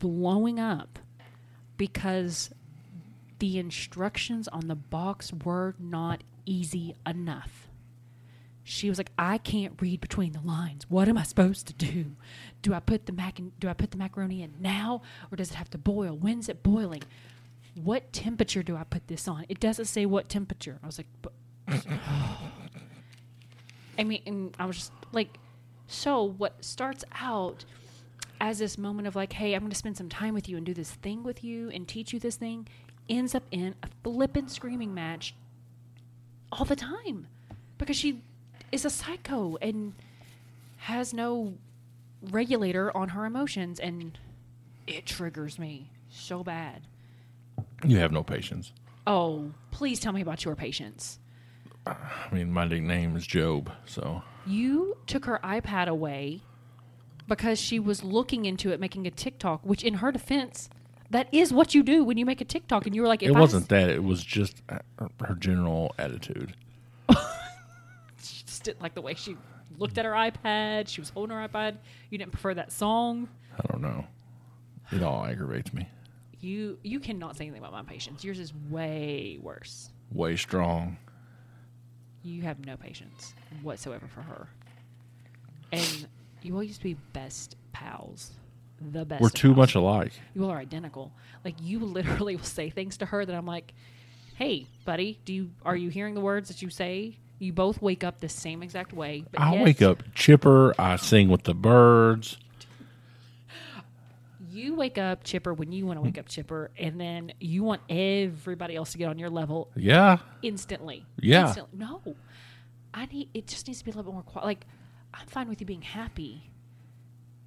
[SPEAKER 4] blowing up because the instructions on the box were not easy enough she was like, I can't read between the lines. What am I supposed to do? Do I put the mac do I put the macaroni in now or does it have to boil? When's it boiling? What temperature do I put this on? It doesn't say what temperature. I was like, but I mean, and I was just like, so what starts out as this moment of like, hey, I'm going to spend some time with you and do this thing with you and teach you this thing ends up in a flippin' screaming match all the time because she is a psycho and has no regulator on her emotions and it triggers me so bad.
[SPEAKER 3] You have no patience.
[SPEAKER 4] Oh, please tell me about your patience.
[SPEAKER 3] I mean, my nickname is Job, so
[SPEAKER 4] You took her iPad away because she was looking into it making a TikTok, which in her defense, that is what you do when you make a TikTok and you were like if
[SPEAKER 3] it
[SPEAKER 4] I
[SPEAKER 3] wasn't that. It was just uh, her general attitude.
[SPEAKER 4] she just didn't like the way she looked at her iPad, she was holding her iPad. You didn't prefer that song.
[SPEAKER 3] I don't know. It all aggravates me.
[SPEAKER 4] You you cannot say anything about my patience. Yours is way worse.
[SPEAKER 3] Way strong.
[SPEAKER 4] you have no patience whatsoever for her. And you all used to be best pals. The best.
[SPEAKER 3] We're
[SPEAKER 4] of
[SPEAKER 3] too
[SPEAKER 4] pals.
[SPEAKER 3] much alike.
[SPEAKER 4] You all are identical. Like you literally will say things to her that I'm like, "Hey, buddy, do you are you hearing the words that you say? You both wake up the same exact way." but
[SPEAKER 3] I
[SPEAKER 4] yet
[SPEAKER 3] wake up chipper. I sing with the birds.
[SPEAKER 4] You wake up chipper when you want to wake up chipper, and then you want everybody else to get on your level
[SPEAKER 3] Yeah.
[SPEAKER 4] instantly.
[SPEAKER 3] Yeah.
[SPEAKER 4] Instantly. No, I need. It just needs to be a little bit more quiet. Like, I'm fine with you being happy.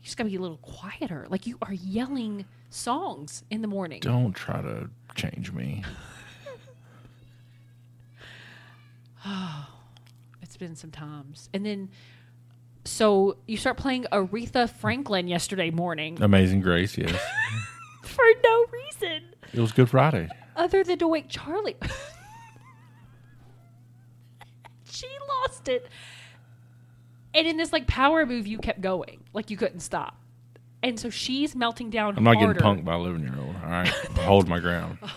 [SPEAKER 4] You just gotta be a little quieter. Like you are yelling songs in the morning.
[SPEAKER 3] Don't try to change me.
[SPEAKER 4] It's been some times, and then so you start playing Aretha Franklin yesterday morning
[SPEAKER 3] Amazing Grace, yes.
[SPEAKER 4] for no reason
[SPEAKER 3] it was Good Friday.
[SPEAKER 4] other than to wake Charlie. she lost it. And in this like power move, you kept going. Like you couldn't stop. And so she's melting down.
[SPEAKER 3] I'm not
[SPEAKER 4] harder.
[SPEAKER 3] getting punked by an 11 year old. All right. I hold my ground.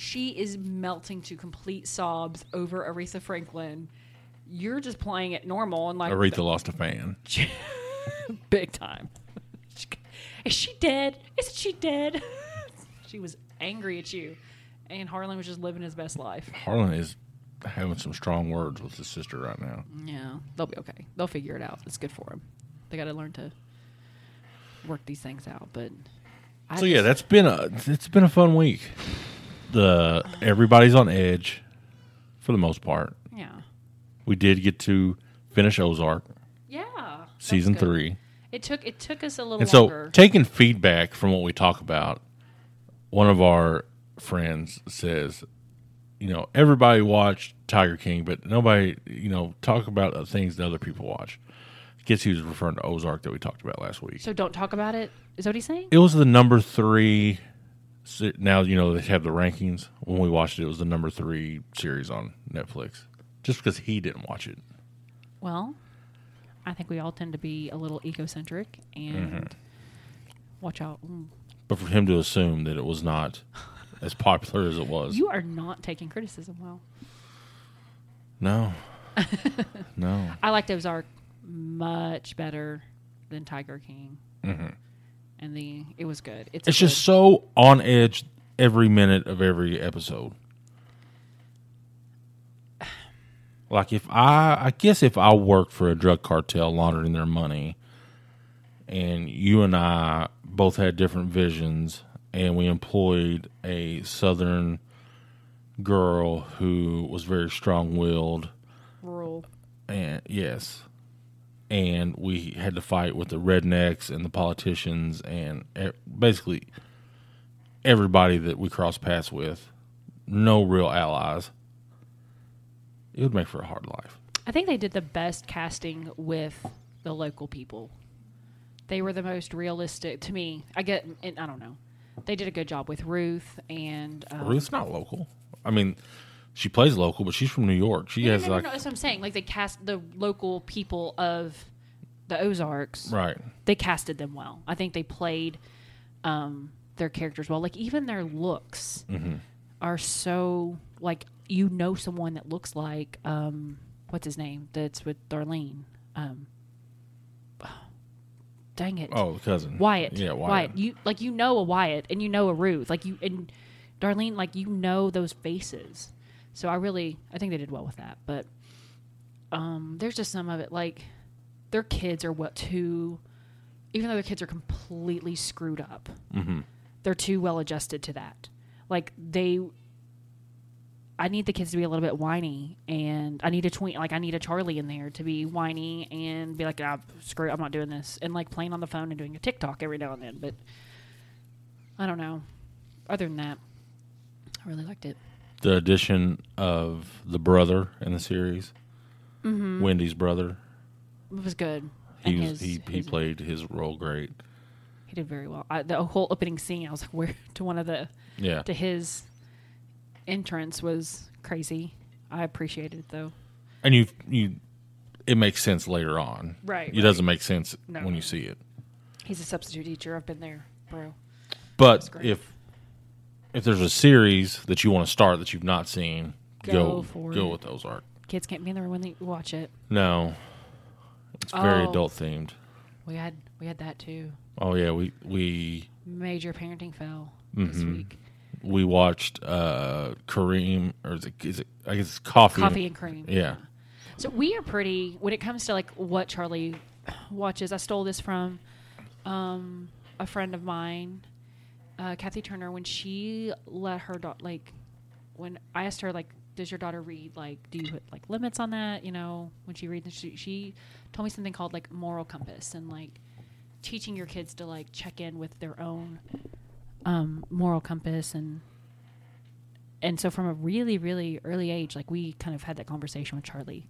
[SPEAKER 4] She is melting to complete sobs over Aretha Franklin. You're just playing it normal and like
[SPEAKER 3] Aretha lost a fan.
[SPEAKER 4] big time. Is she dead? Isn't she dead? she was angry at you. And Harlan was just living his best life.
[SPEAKER 3] Harlan is having some strong words with his sister right now.
[SPEAKER 4] Yeah, they'll be okay. They'll figure it out. It's good for them. They got to learn to work these things out. But I
[SPEAKER 3] So yeah, that's been a it's been a fun week. The everybody's on edge for the most part.
[SPEAKER 4] yeah,
[SPEAKER 3] We did get to finish Ozark
[SPEAKER 4] yeah. that's
[SPEAKER 3] season
[SPEAKER 4] good.
[SPEAKER 3] 3.
[SPEAKER 4] It took it took us a little
[SPEAKER 3] And so,
[SPEAKER 4] longer.
[SPEAKER 3] taking feedback from what we talk about, one of our friends says, you know, everybody watched Tiger King, but nobody, you know, talk about the things that other people watch. Guess he was referring to Ozark that we talked about last week.
[SPEAKER 4] so don't talk about it. Is that what he's saying?
[SPEAKER 3] It was the number three. se- Now, you know, they have the rankings. When we watched it, it was the number three series on Netflix just because he didn't watch it.
[SPEAKER 4] Well, I think we all tend to be a little egocentric and
[SPEAKER 3] Mm-hmm.
[SPEAKER 4] watch out. Mm.
[SPEAKER 3] But for him to assume that it was not as popular as it was,
[SPEAKER 4] You are not taking criticism well.
[SPEAKER 3] no, no,
[SPEAKER 4] I liked Ozark much better than Tiger King. Mm-hmm. And the it was good. It's, a
[SPEAKER 3] it's just so on edge every minute of every episode. Like if I, I guess if I worked for a drug cartel laundering their money, and you and I both had different visions, and we employed a southern girl who was very strong-willed,
[SPEAKER 4] good rural.
[SPEAKER 3] and yes, and we had to fight with the rednecks and the politicians and e- basically everybody that we crossed paths with. No real allies. It would make for a hard life.
[SPEAKER 4] I think they did the best casting with the local people. They were the most realistic to me. I get, and I don't know. They did a good job with Ruth and um,
[SPEAKER 3] Ruth's not local. I mean, she plays local, but she's from New York. She
[SPEAKER 4] No,
[SPEAKER 3] has
[SPEAKER 4] no, no,
[SPEAKER 3] like
[SPEAKER 4] no, that's what I'm saying. Like they cast the local people of the Ozarks.
[SPEAKER 3] right.
[SPEAKER 4] They casted them well. I think they played um, their characters well. Like even their looks are so like you know someone that looks like um, what's his name that's with Darlene. Um, dang it,
[SPEAKER 3] Oh, the cousin
[SPEAKER 4] Wyatt.
[SPEAKER 3] Yeah,
[SPEAKER 4] Wyatt. You like you know a Wyatt and you know a Ruth. Like you and Darlene. Like you know those faces. So I really I think they did well with that. But um, there's just some of it like their kids are what too. Even though their kids are completely screwed up, they're too well adjusted to that. Like they. I need the kids to be a little bit whiny, and I need a tween, like I need a Charlie in there to be whiny and be like, ah, "Screw, it, I'm not doing this," and like playing on the phone and doing a TikTok every now and then. But I don't know. Other than that, I really liked it.
[SPEAKER 3] The addition of the brother in the series, Wendy's brother.
[SPEAKER 4] It was good.
[SPEAKER 3] He
[SPEAKER 4] Mm-hmm. And his-
[SPEAKER 3] was, he, he
[SPEAKER 4] his-
[SPEAKER 3] played his role great.
[SPEAKER 4] he did very well. I, the whole opening scene, I was like, "Where?" To one of the
[SPEAKER 3] Yeah.
[SPEAKER 4] to his entrance was crazy. I appreciated it though.
[SPEAKER 3] and you you it makes sense later on
[SPEAKER 4] Right,
[SPEAKER 3] it
[SPEAKER 4] right.
[SPEAKER 3] doesn't make sense
[SPEAKER 4] No.
[SPEAKER 3] when you see it
[SPEAKER 4] He's a substitute teacher. I've been there, bro.
[SPEAKER 3] but
[SPEAKER 4] great.
[SPEAKER 3] if if there's a series that you want to start that you've not seen go
[SPEAKER 4] Go for
[SPEAKER 3] go
[SPEAKER 4] it.
[SPEAKER 3] with ozark
[SPEAKER 4] Kids can't be in the room when they watch it.
[SPEAKER 3] no it's very
[SPEAKER 4] Oh.
[SPEAKER 3] adult themed
[SPEAKER 4] We had we had that too.
[SPEAKER 3] oh yeah we we
[SPEAKER 4] Major parenting fail this
[SPEAKER 3] Mm-hmm.
[SPEAKER 4] week.
[SPEAKER 3] we watched uh kareem or is it, is it i guess it's coffee
[SPEAKER 4] Coffee and cream.
[SPEAKER 3] yeah
[SPEAKER 4] So we are pretty when it comes to like what Charlie watches. I stole this from um, a friend of mine, uh, Kathy Turner, when she let her daughter like when I asked her like, does your daughter read? Like, do you put like limits on that? You know, when she reads, and she she told me something called like moral compass and like teaching your kids to like check in with their own um, moral compass and and so from a really really early age like we kind of had that conversation with charlie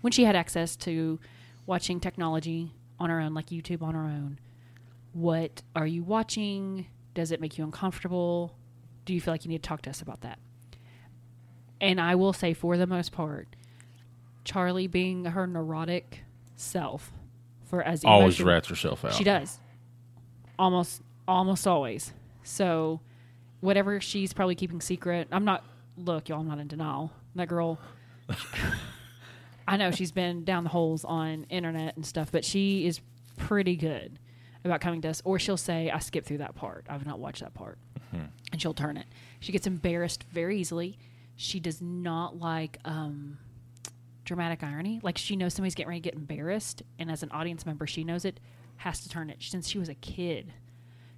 [SPEAKER 4] when she had access to watching technology on her own like youtube on her own what are you watching does it make you uncomfortable do you feel like you need to talk to us about that and i will say for the most part charlie being her neurotic self for as
[SPEAKER 3] always
[SPEAKER 4] emotion-
[SPEAKER 3] rats herself out
[SPEAKER 4] she does. Almost almost always. So whatever she's probably keeping secret, I'm not look, y'all, I'm not in denial. That girl I know she's been down the holes on internet and stuff, but she is pretty good about coming to us or she'll say I skipped through that part. I've not watched that part. And she'll turn it. She gets embarrassed very easily. She does not like um dramatic irony. Like she knows somebody's getting ready to get embarrassed, and as an audience member, she knows it, has to turn it. Since she was a kid,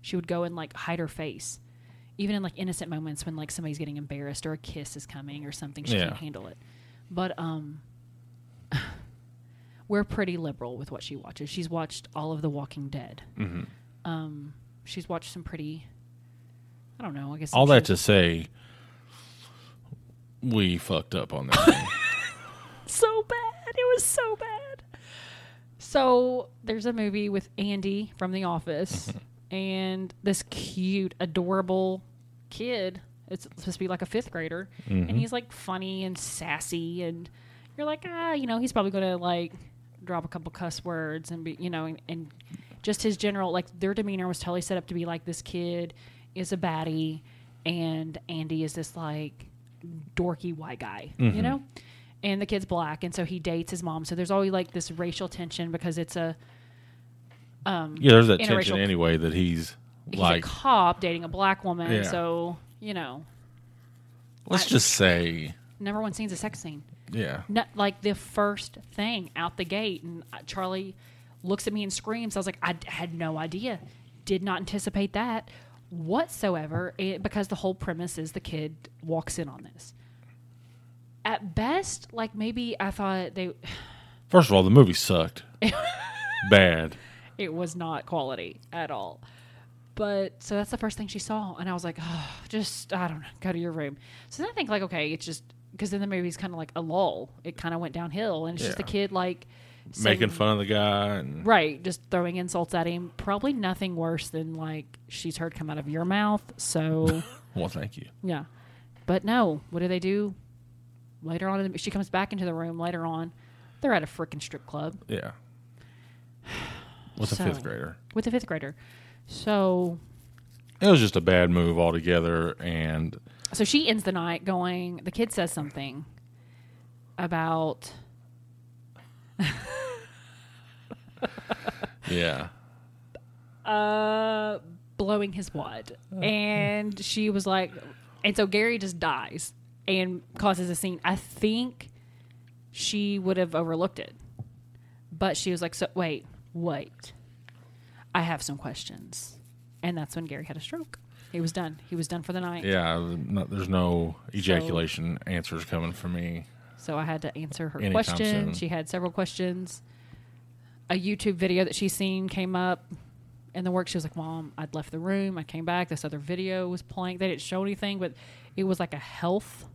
[SPEAKER 4] she would go and like hide her face, even in like innocent moments when like somebody's getting embarrassed or a kiss is coming or something. She
[SPEAKER 3] Yeah.
[SPEAKER 4] can't handle it. But um, we're pretty liberal with what she watches. She's watched all of The Walking Dead. Um,
[SPEAKER 3] Mm-hmm.
[SPEAKER 4] she's watched some pretty. I don't know. I guess
[SPEAKER 3] all
[SPEAKER 4] some
[SPEAKER 3] that
[SPEAKER 4] shows-
[SPEAKER 3] to say we fucked up on that thing.
[SPEAKER 4] so bad. It was so bad. So there's a movie with Andy from The Office and this cute, adorable kid. It's supposed to be like a fifth grader. And he's like funny and sassy. And you're like, ah, you know, he's probably going to like drop a couple cuss words and be, you know, and, and just his general like their demeanor was totally set up to be like this kid is a baddie, and Andy is this like dorky white guy,
[SPEAKER 3] Mm-hmm.
[SPEAKER 4] you know, and the kid's black, and so he dates his mom. So there's always like this racial tension because it's a
[SPEAKER 3] Yeah, there's that tension
[SPEAKER 4] Interracial-
[SPEAKER 3] anyway that he's
[SPEAKER 4] he's
[SPEAKER 3] like.
[SPEAKER 4] a cop dating a black woman,
[SPEAKER 3] Yeah.
[SPEAKER 4] so you know,
[SPEAKER 3] let's just say,
[SPEAKER 4] number one scene's a sex scene.
[SPEAKER 3] yeah,
[SPEAKER 4] not like the first thing out the gate and I- charlie looks at me and screams i was like i d- had no idea did not anticipate that whatsoever it, because the whole premise is the kid walks in on this at best like maybe i thought they
[SPEAKER 3] First of all, the movie sucked. Bad.
[SPEAKER 4] it was not quality at all. But so that's the first thing she saw, and I was like, oh, just I don't know, go to your room. So then I think like, okay, it's just because then the movie's kind of like a lull. It kind of went downhill, and it's just the
[SPEAKER 3] Yeah.
[SPEAKER 4] kid like saying-
[SPEAKER 3] Making fun of the guy and
[SPEAKER 4] right, just throwing insults at him. Probably nothing worse than like she's heard come out of your mouth. So
[SPEAKER 3] well, thank you.
[SPEAKER 4] yeah, but no, what do they do later on? In the, she comes back into the room later on. They're at a freaking strip club.
[SPEAKER 3] Yeah. With a
[SPEAKER 4] So-
[SPEAKER 3] fifth grader.
[SPEAKER 4] with a fifth grader. So
[SPEAKER 3] It was just a bad move altogether and
[SPEAKER 4] so she ends the night going the kid says something about
[SPEAKER 3] yeah.
[SPEAKER 4] uh blowing his wad and she was like and so gary just dies and causes a scene i think she would have overlooked it but she was like so wait wait i have some questions and that's when gary had a stroke he was done he was done for the night
[SPEAKER 3] Yeah, not, there's no ejaculation answers coming from me.
[SPEAKER 4] So I had to answer her
[SPEAKER 3] Anytime
[SPEAKER 4] question.
[SPEAKER 3] soon.
[SPEAKER 4] She had several questions. A YouTube video that she seen came up in the work. She was like, Mom, I'd left the room. I came back. This other video was playing. They didn't show anything, but it was like a health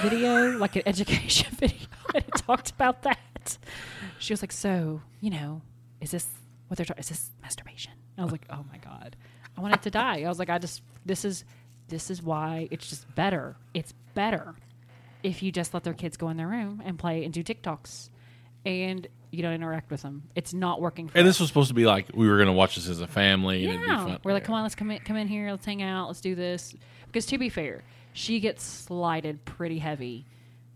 [SPEAKER 4] video, like an education video. And it talked about that. She was like, So, you know, is this what they're talking Is this masturbation? I was like, Oh my God. I wanted to die. I was like, I just, this is, this is why it's just better. It's better if you just let their kids go in their room and play and do TikToks and you don't interact with them. It's not working for
[SPEAKER 3] And
[SPEAKER 4] us.
[SPEAKER 3] this was supposed to be like we were going to watch this as a family and it'd be
[SPEAKER 4] Yeah.
[SPEAKER 3] fun.
[SPEAKER 4] We're like, come on, let's come in, come in here, let's hang out, let's do this. Because to be fair, she gets slighted pretty heavy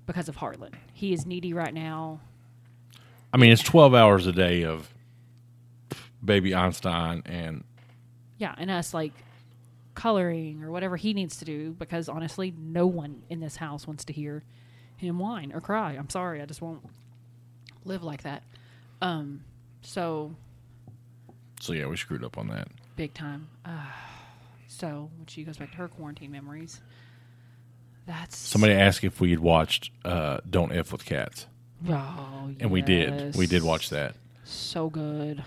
[SPEAKER 4] because of Harlan. He is needy right now.
[SPEAKER 3] I mean, it's 12 hours a day of baby Einstein and
[SPEAKER 4] Yeah, and us like coloring or whatever he needs to do because honestly, no one in this house wants to hear him whine or cry. I'm sorry, I just won't live like that. Um, so
[SPEAKER 3] so yeah, we screwed up on that.
[SPEAKER 4] big time. Uh, so when she goes back to her quarantine memories, that's
[SPEAKER 3] Somebody asked if we had watched uh, Don't F with Cats.
[SPEAKER 4] Oh,
[SPEAKER 3] And we did. We did watch that.
[SPEAKER 4] So good.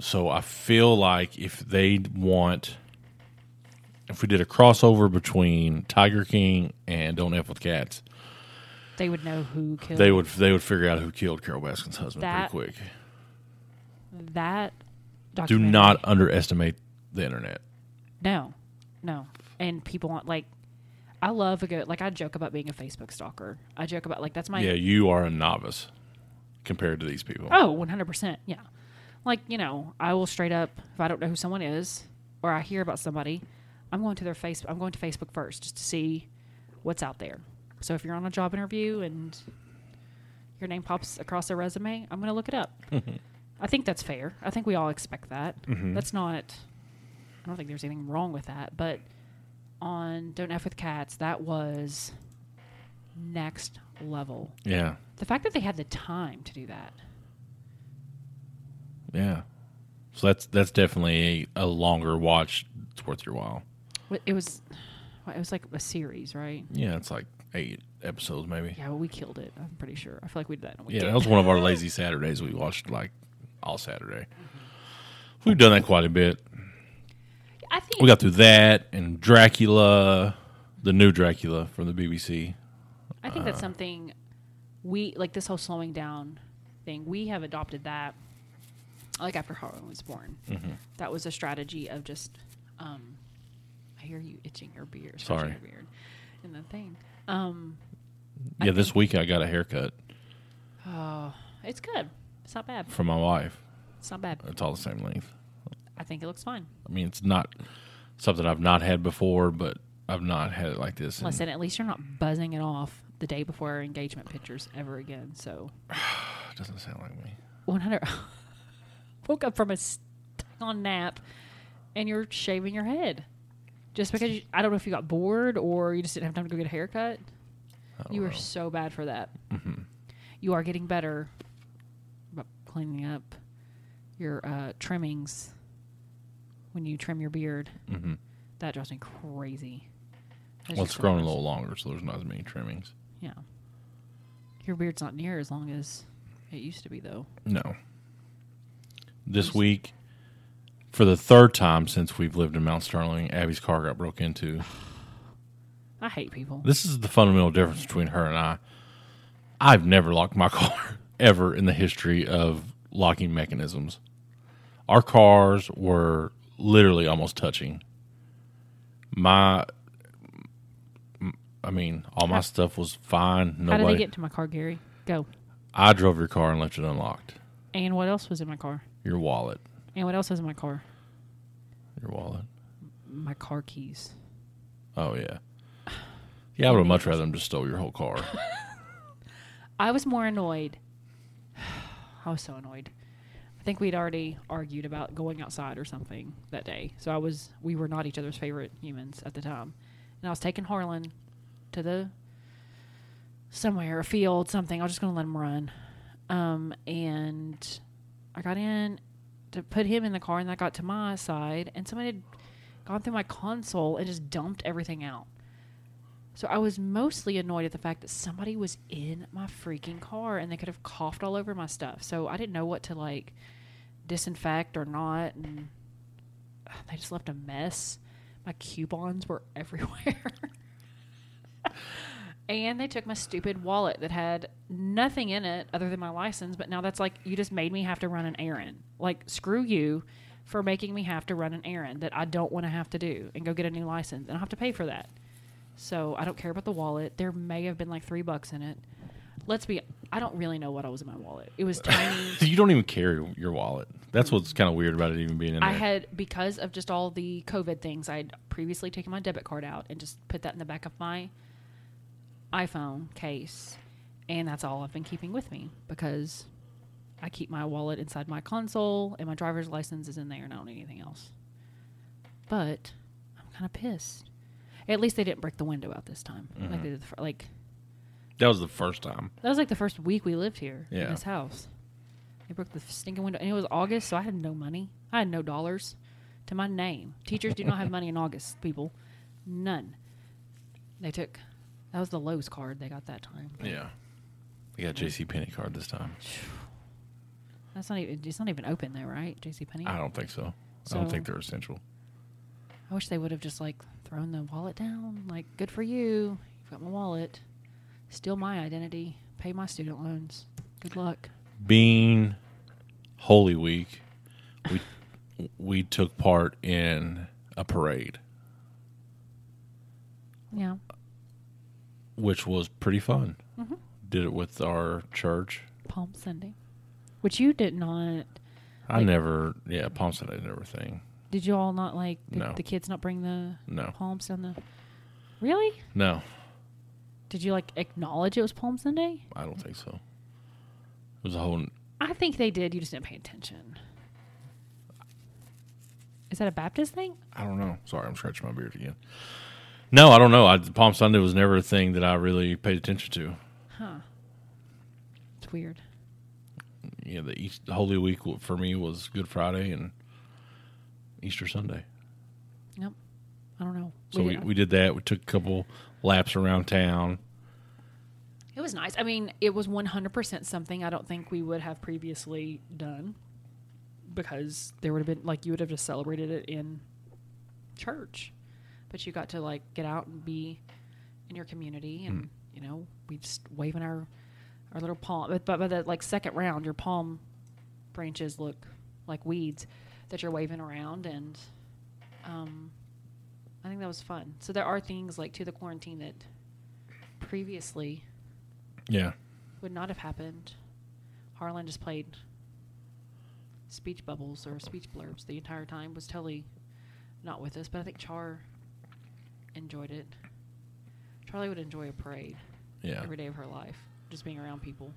[SPEAKER 3] So I feel like if they want, if we did a crossover between Tiger King and Don't F with Cats,
[SPEAKER 4] They would know who killed
[SPEAKER 3] they would they would figure out who killed Carol Baskin's husband
[SPEAKER 4] That-
[SPEAKER 3] pretty quick.
[SPEAKER 4] that.
[SPEAKER 3] Do
[SPEAKER 4] Documentary.
[SPEAKER 3] not underestimate the internet.
[SPEAKER 4] No, no. And people want like, I love a good like. I joke about being a Facebook stalker. I joke about like that's my
[SPEAKER 3] Yeah, you are a novice compared to these people.
[SPEAKER 4] Oh, 100%. Yeah. Like, you know, I will straight up, if I don't know who someone is or I hear about somebody, I'm going to their face. I'm going to Facebook first just to see what's out there. So if you're on a job interview and your name pops across a resume, I'm going to look it up. I think that's fair. I think we all expect that. That's not, I don't think there's anything wrong with that. But on Don't F with Cats, that was next level.
[SPEAKER 3] Yeah,
[SPEAKER 4] The fact that they had the time to do that.
[SPEAKER 3] yeah. So that's that's definitely a, a longer watch. It's worth your while.
[SPEAKER 4] Wh- It was, it was like a series, right?
[SPEAKER 3] Yeah, it's like eight episodes maybe.
[SPEAKER 4] Yeah, well, we killed it. I'm pretty sure. I feel like we did that. And we
[SPEAKER 3] Yeah,
[SPEAKER 4] did.
[SPEAKER 3] that was one of our lazy Saturdays. We watched like all Saturday. We've done that quite a bit.
[SPEAKER 4] I think.
[SPEAKER 3] We got through that and Dracula, the new Dracula from the BBC.
[SPEAKER 4] I think
[SPEAKER 3] uh,
[SPEAKER 4] that's something we like. This whole slowing down thing. We have adopted that. Like after Harlan was born,
[SPEAKER 3] Mm-hmm.
[SPEAKER 4] that was a strategy of just. Um, I hear you itching your beard. scratching
[SPEAKER 3] Sorry.
[SPEAKER 4] your beard, and the thing. Um,
[SPEAKER 3] Yeah, this week I got a haircut.
[SPEAKER 4] oh, It's good. It's not bad.
[SPEAKER 3] for my wife.
[SPEAKER 4] It's not bad.
[SPEAKER 3] It's all the same length.
[SPEAKER 4] I think it looks fine.
[SPEAKER 3] I mean, it's not something I've not had before, but I've not had it like this. in-
[SPEAKER 4] Listen, at least you're not buzzing it off the day before our engagement pictures ever again. So
[SPEAKER 3] it doesn't sound like me.
[SPEAKER 4] 100 woke up from a on nap and you're shaving your head just because you, I don't know if you got bored or you just didn't have time to go get a haircut.
[SPEAKER 3] Oh,
[SPEAKER 4] You were so bad for that.
[SPEAKER 3] Mm-hmm,
[SPEAKER 4] You are getting better about cleaning up your uh, trimmings when you trim your beard. That drives me crazy. That's
[SPEAKER 3] mm-hmm. Well,
[SPEAKER 4] just
[SPEAKER 3] it's
[SPEAKER 4] the
[SPEAKER 3] grown a
[SPEAKER 4] worst.
[SPEAKER 3] little longer, so there's not as many trimmings.
[SPEAKER 4] Yeah. Your beard's not near as long as it used to be, though.
[SPEAKER 3] No. This week, for the third time since we've lived in Mount Sterling, Abby's car got broke into.
[SPEAKER 4] I hate people.
[SPEAKER 3] This is the fundamental difference between her and I. I've never locked my car ever in the history of locking mechanisms. Our cars were literally almost touching. My, I mean, all my stuff was fine.
[SPEAKER 4] How did
[SPEAKER 3] Nobody.
[SPEAKER 4] they get to my car, Gary? Go.
[SPEAKER 3] I drove your car and left it unlocked.
[SPEAKER 4] And what else was in my car?
[SPEAKER 3] Your wallet.
[SPEAKER 4] And what else was in my car?
[SPEAKER 3] Your wallet.
[SPEAKER 4] My car keys.
[SPEAKER 3] Oh yeah. Yeah, I would have much rather them just stole your whole car.
[SPEAKER 4] I was more annoyed. I was so annoyed. I think we'd already argued about going outside or something that day. So I was, we were not each other's favorite humans at the time. And I was taking Harlan to the somewhere, a field, something. I was just going to let him run. Um, and I got in to put him in the car, and I got to my side, and somebody had gone through my console and just dumped everything out. So I was mostly annoyed at the fact that somebody was in my freaking car and they could have coughed all over my stuff. So I didn't know what to like disinfect or not and ugh, they just left a mess. My coupons were everywhere. and they took my stupid wallet that had nothing in it other than my license, but now that's like you just made me have to run an errand. Like screw you for making me have to run an errand that I don't want to have to do and go get a new license and I have to pay for that. So I don't care about the wallet. There may have been like three bucks in it. Let's be. I don't really know what I was in my wallet. It was tiny.
[SPEAKER 3] you don't even carry your wallet. That's what's kind of weird about it even being in there.
[SPEAKER 4] I had because of just all the COVID things. I had previously taken my debit card out and just put that in the back of my iPhone case, and that's all I've been keeping with me because I keep my wallet inside my console and my driver's license is in there, and I don't need anything else. But I'm kind of pissed. At least they didn't break the window out this time. Like they did the, fir- like
[SPEAKER 3] that was the first time.
[SPEAKER 4] That was like the first week we lived here
[SPEAKER 3] Yeah.
[SPEAKER 4] in this house. They broke the stinking window, and it was August, so I had no money. I had no dollars to my name. Teachers do not have money in August, people, none. They took that was the Lowe's card they got that time.
[SPEAKER 3] Yeah. We got JC Penny card this time.
[SPEAKER 4] That's not even it's not even open though, right? J.C. Penney.
[SPEAKER 3] I don't think so. I don't
[SPEAKER 4] So-
[SPEAKER 3] think they're essential.
[SPEAKER 4] I wish they would have just like thrown the wallet down. Like, good for you. You've got my wallet. Steal my identity. Pay my student loans. Good luck.
[SPEAKER 3] Being Holy Week, we we took part in a parade,
[SPEAKER 4] Yeah.
[SPEAKER 3] which was pretty fun.
[SPEAKER 4] Mm-hmm.
[SPEAKER 3] Did it with our church.
[SPEAKER 4] Palm Sunday, which you did not.
[SPEAKER 3] I never, yeah, Palm Sunday and everything.
[SPEAKER 4] Did you all not like did
[SPEAKER 3] No.
[SPEAKER 4] the kids not bring the
[SPEAKER 3] No,
[SPEAKER 4] Palm Sunday? Really?
[SPEAKER 3] no,
[SPEAKER 4] Did you like acknowledge it was Palm Sunday?
[SPEAKER 3] I don't think so. It was a whole.
[SPEAKER 4] I think they did. You just didn't pay attention. Is that a Baptist thing?
[SPEAKER 3] I don't know. Sorry, I'm scratching my beard again. No, I don't know. I, Palm Sunday was never a thing that I really paid attention to.
[SPEAKER 4] It's weird.
[SPEAKER 3] yeah, the East, the Holy Week w- for me was Good Friday and Easter Sunday.
[SPEAKER 4] Yep. I don't know.
[SPEAKER 3] So we,
[SPEAKER 4] did-
[SPEAKER 3] we did that. We took a couple laps around town.
[SPEAKER 4] It was nice. I mean, it was 100% something I don't think we would have previously done because there would have been, like, you would have just celebrated it in church. But you got to, like, get out and be in your community. And, you know, we just waving our, our little palm. But, but by the, like, second round, your palm branches look like weeds that you're waving around. And um, I think that was fun. So there are things, like, to the quarantine that previously
[SPEAKER 3] Yeah,
[SPEAKER 4] would not have happened. Harlan just played speech bubbles or speech blurbs the entire time. Was totally not with us, but I think Char enjoyed it. Charlie would enjoy a parade
[SPEAKER 3] Yeah.
[SPEAKER 4] every day of her life, just being around people.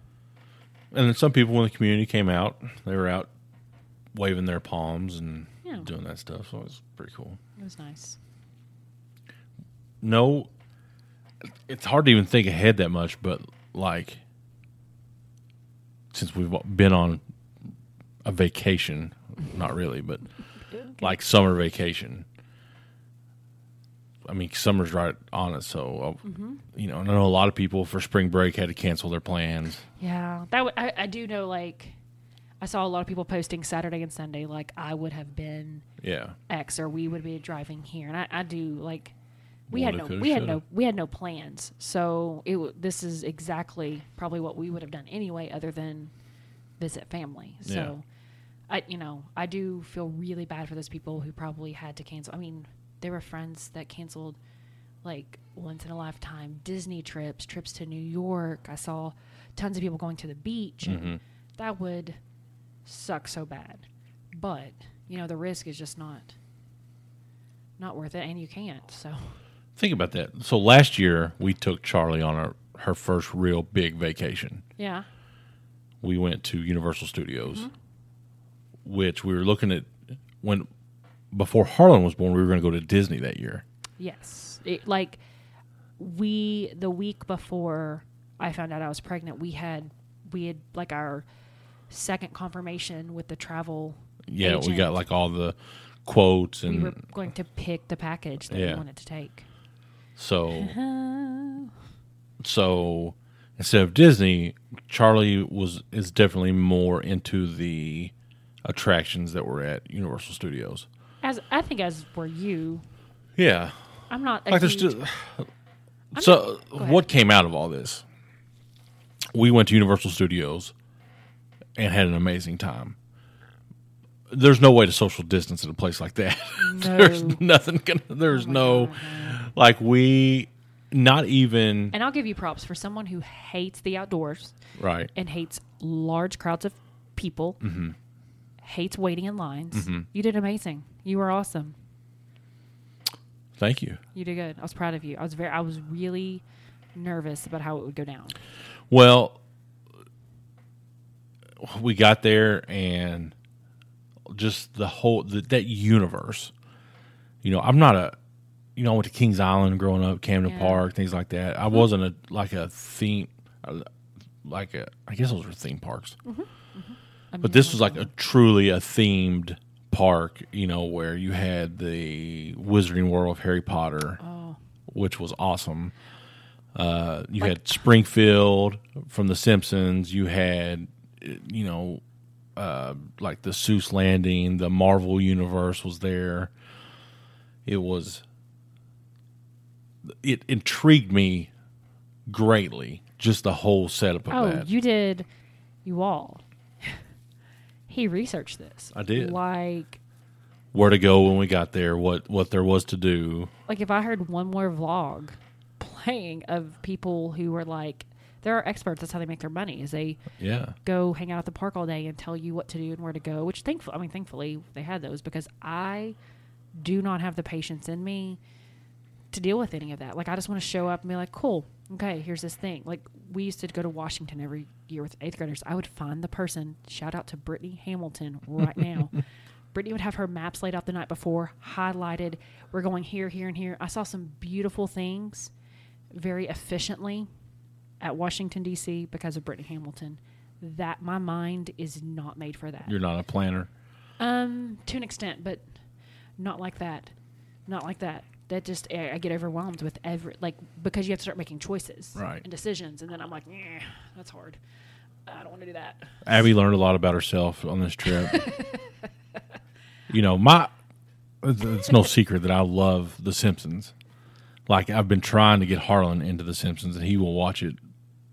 [SPEAKER 3] And then some people in the community came out. They were out waving their palms and
[SPEAKER 4] Yeah.
[SPEAKER 3] doing that stuff. So it was pretty cool.
[SPEAKER 4] It was nice.
[SPEAKER 3] No, it's hard to even think ahead that much, but like, since we've been on a vacation, not really, but like summer vacation. I mean, summer's right on it. So, uh, you know, and I know a lot of people for spring break had to cancel their plans.
[SPEAKER 4] Yeah, that w- I, I do know. Like, I saw a lot of people posting Saturday and Sunday. Like, I would have been
[SPEAKER 3] Yeah.
[SPEAKER 4] X, or we would be driving here, and I, I do like. We had
[SPEAKER 3] Woulda,
[SPEAKER 4] no,
[SPEAKER 3] coulda,
[SPEAKER 4] we had
[SPEAKER 3] shoulda.
[SPEAKER 4] no, we had no plans. So it w- this is exactly probably what we would have done anyway, other than visit family. So,
[SPEAKER 3] Yeah.
[SPEAKER 4] I you know I do feel really bad for those people who probably had to cancel. I mean, there were friends that canceled like once in a lifetime Disney trips, trips to New York. I saw tons of people going to the beach, and that would suck so bad. But you know, the risk is just not not worth it, and you can't. So
[SPEAKER 3] Think about that. So last year we took Charlie on our, her first real big vacation.
[SPEAKER 4] yeah,
[SPEAKER 3] We went to Universal Studios, which we were looking at when before Harlan was born. We were going to go to Disney that year.
[SPEAKER 4] yes, it, like we the week before I found out I was pregnant, we had we had like our second confirmation with the travel.
[SPEAKER 3] Yeah, we
[SPEAKER 4] agent.
[SPEAKER 3] got like all the quotes
[SPEAKER 4] we
[SPEAKER 3] and
[SPEAKER 4] were going to pick the package that
[SPEAKER 3] Mm-hmm. Yeah.
[SPEAKER 4] we wanted to take.
[SPEAKER 3] so
[SPEAKER 4] Uh,
[SPEAKER 3] so instead of Disney, Charlie was is definitely more into the attractions that were at Universal Studios.
[SPEAKER 4] as I think, as were you.
[SPEAKER 3] Yeah,
[SPEAKER 4] I'm not a
[SPEAKER 3] like there's
[SPEAKER 4] huge,
[SPEAKER 3] still so
[SPEAKER 4] ahead.
[SPEAKER 3] what came out of all this we went to universal studios and had an amazing time there's no way to social distance at a place like that there's
[SPEAKER 4] No. Oh
[SPEAKER 3] nothing gonna there's no like we not even
[SPEAKER 4] and I'll give you props for someone who hates the outdoors.
[SPEAKER 3] right
[SPEAKER 4] and hates large crowds of people,
[SPEAKER 3] Mm-hmm.
[SPEAKER 4] hates waiting in lines. You did amazing. You were awesome.
[SPEAKER 3] thank you
[SPEAKER 4] You did good. I was proud of you. I was very, I was really nervous about how it would go down.
[SPEAKER 3] Well, we got there and just the whole the, that universe. You know, I'm not a you know, I went to Kings Island growing up, Camden
[SPEAKER 4] Yeah.
[SPEAKER 3] Park, things like that. I wasn't a like a theme like a I guess those were theme parks.
[SPEAKER 4] I mean,
[SPEAKER 3] But this was like a truly a themed park, you know, where you had the Wizarding World of Harry Potter,
[SPEAKER 4] Oh.
[SPEAKER 3] which was awesome. Uh, you had Springfield from The Simpsons. You had, uh, you know, uh, like the Seuss Landing. The Marvel Universe was there. It was. It intrigued me greatly. Just the whole setup of
[SPEAKER 4] oh,
[SPEAKER 3] that.
[SPEAKER 4] you did, you all. he researched this.
[SPEAKER 3] I did.
[SPEAKER 4] Like,
[SPEAKER 3] where to go when we got there, what what there was to do.
[SPEAKER 4] like if I heard one more vlog playing of people who were like, there are experts. That's how they make their money. Is they
[SPEAKER 3] Yeah,
[SPEAKER 4] go hang out at the park all day and tell you what to do and where to go. Which thankful, I mean, thankfully they had those because I do not have the patience in me to deal with any of that. Like I just want to show up and be like, cool, okay, here's this thing. Like we used to go to Washington every year with eighth graders. I would find the person. Shout out to Brittany Hamilton right now. Brittany would have her maps laid out the night before, highlighted. We're going here, here, and here. I saw some beautiful things very efficiently at Washington D.C. because of Brittany Hamilton. That my mind is not made for that.
[SPEAKER 3] you're not a planner.
[SPEAKER 4] Um, to an extent, but not like that. Not like that. That just I, I get overwhelmed with every like because you have to start making choices
[SPEAKER 3] Right.
[SPEAKER 4] and decisions, and then I'm like, "Nyeh, that's hard. I don't want to do that.
[SPEAKER 3] Abby learned a lot about herself on this trip. you know, my it's no secret that I love The Simpsons. Like I've been trying to get Harlan into The Simpsons, and he will watch it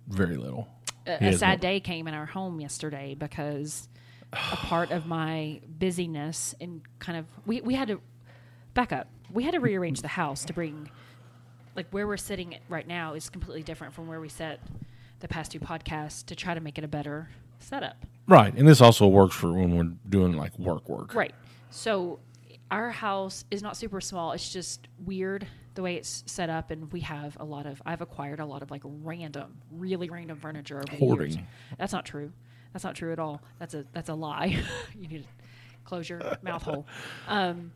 [SPEAKER 3] very little. He
[SPEAKER 4] A, a
[SPEAKER 3] has
[SPEAKER 4] sad
[SPEAKER 3] no-
[SPEAKER 4] day came in our home yesterday because a part of my busyness and kind of we we had to back up. We had to rearrange the house to bring like where we're sitting right now is completely different from where we sat the past two podcasts to try to make it a better setup.
[SPEAKER 3] Right. And this also works for when we're doing like work work.
[SPEAKER 4] Right. So our house is not super small. It's just weird the way it's set up, and we have a lot of. I've acquired a lot of like random, really random furniture over the years.
[SPEAKER 3] Hoarding.
[SPEAKER 4] That's not true. That's not true at all. That's a that's a lie. you need to close your mouth hole. Um,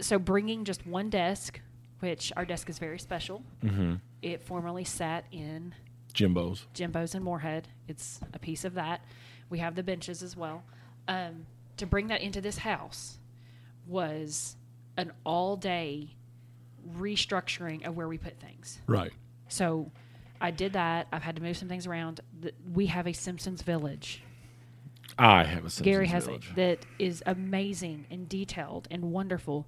[SPEAKER 4] so bringing just one desk, which our desk is very special. Mm-hmm. It formerly sat in
[SPEAKER 3] Jimbo's.
[SPEAKER 4] Jimbo's and Moorhead. It's a piece of that. We have the benches as well. Um, to bring that into this house was an all day restructuring of where we put things.
[SPEAKER 3] Right.
[SPEAKER 4] So I did that. I've had to move some things around. Th- We have a Simpsons Village.
[SPEAKER 3] I have a Simpsons
[SPEAKER 4] Gary has
[SPEAKER 3] Village.
[SPEAKER 4] it that is amazing and detailed and wonderful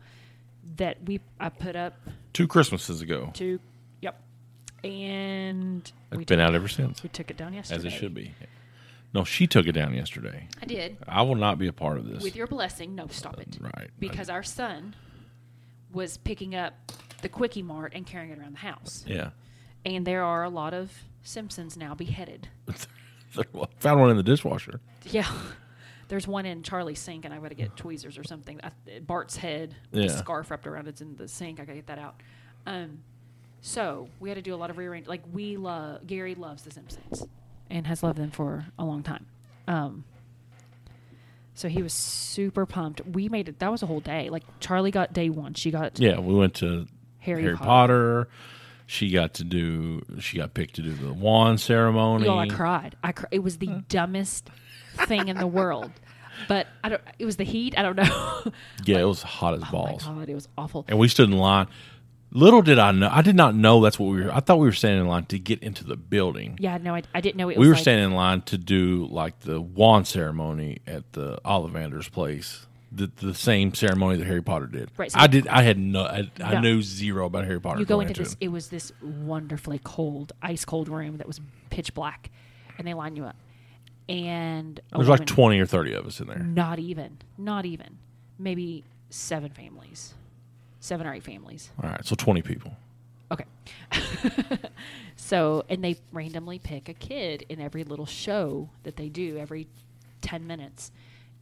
[SPEAKER 4] that we I put up
[SPEAKER 3] Two Christmases ago.
[SPEAKER 4] to yep. And we
[SPEAKER 3] It's been
[SPEAKER 4] took,
[SPEAKER 3] out ever since,
[SPEAKER 4] we took it down yesterday.
[SPEAKER 3] as it should be. No, she took it down yesterday.
[SPEAKER 4] I did.
[SPEAKER 3] I will not be a part of this.
[SPEAKER 4] With your blessing, no, stop it.
[SPEAKER 3] Right.
[SPEAKER 4] Because our son was picking up the Quickie Mart and carrying it around the house.
[SPEAKER 3] yeah.
[SPEAKER 4] And there are a lot of Simpsons now beheaded.
[SPEAKER 3] Found one in the dishwasher.
[SPEAKER 4] Yeah. There's one in Charlie's sink, and I got to get tweezers or something. I, Bart's head,
[SPEAKER 3] Yeah.
[SPEAKER 4] the scarf wrapped around it's in the sink. I got to get that out. Um, so we had to do a lot of rearrange. Like we love Gary loves The Simpsons and has loved them for a long time. Um, so he was super pumped. We made it. That was a whole day. Like Charlie got day one. She got
[SPEAKER 3] Yeah, we went to
[SPEAKER 4] Harry
[SPEAKER 3] Harry,
[SPEAKER 4] Potter.
[SPEAKER 3] Potter. She got to do. She got picked to do the wand ceremony.
[SPEAKER 4] Y'all, I cried. I cr- it was the dumbest thing in the world. But I don't. It was the heat. I don't know.
[SPEAKER 3] yeah, it was hot as
[SPEAKER 4] oh my
[SPEAKER 3] balls,
[SPEAKER 4] god, it was awful.
[SPEAKER 3] and we stood in line. Little did I know. I did not know that's what we were. I thought we were standing in line to get into the building.
[SPEAKER 4] Yeah, no, I, I didn't know it.
[SPEAKER 3] we
[SPEAKER 4] was
[SPEAKER 3] were
[SPEAKER 4] like,
[SPEAKER 3] standing in line to do like the wand ceremony at the Ollivander's place. The, the same ceremony that Harry Potter did.
[SPEAKER 4] Right, so-
[SPEAKER 3] I did. I had no. I, I
[SPEAKER 4] No.
[SPEAKER 3] knew zero about Harry Potter.
[SPEAKER 4] You go
[SPEAKER 3] going
[SPEAKER 4] into this.
[SPEAKER 3] it.
[SPEAKER 4] It was this wonderfully cold, ice cold room that was pitch black, and they line you up. And a
[SPEAKER 3] There's like
[SPEAKER 4] woman-
[SPEAKER 3] twenty or thirty of us in there.
[SPEAKER 4] Not even. Not even. Maybe seven families, seven or eight families.
[SPEAKER 3] All right, so twenty people.
[SPEAKER 4] Okay. so, and they randomly pick a kid in every little show that they do every 10 minutes.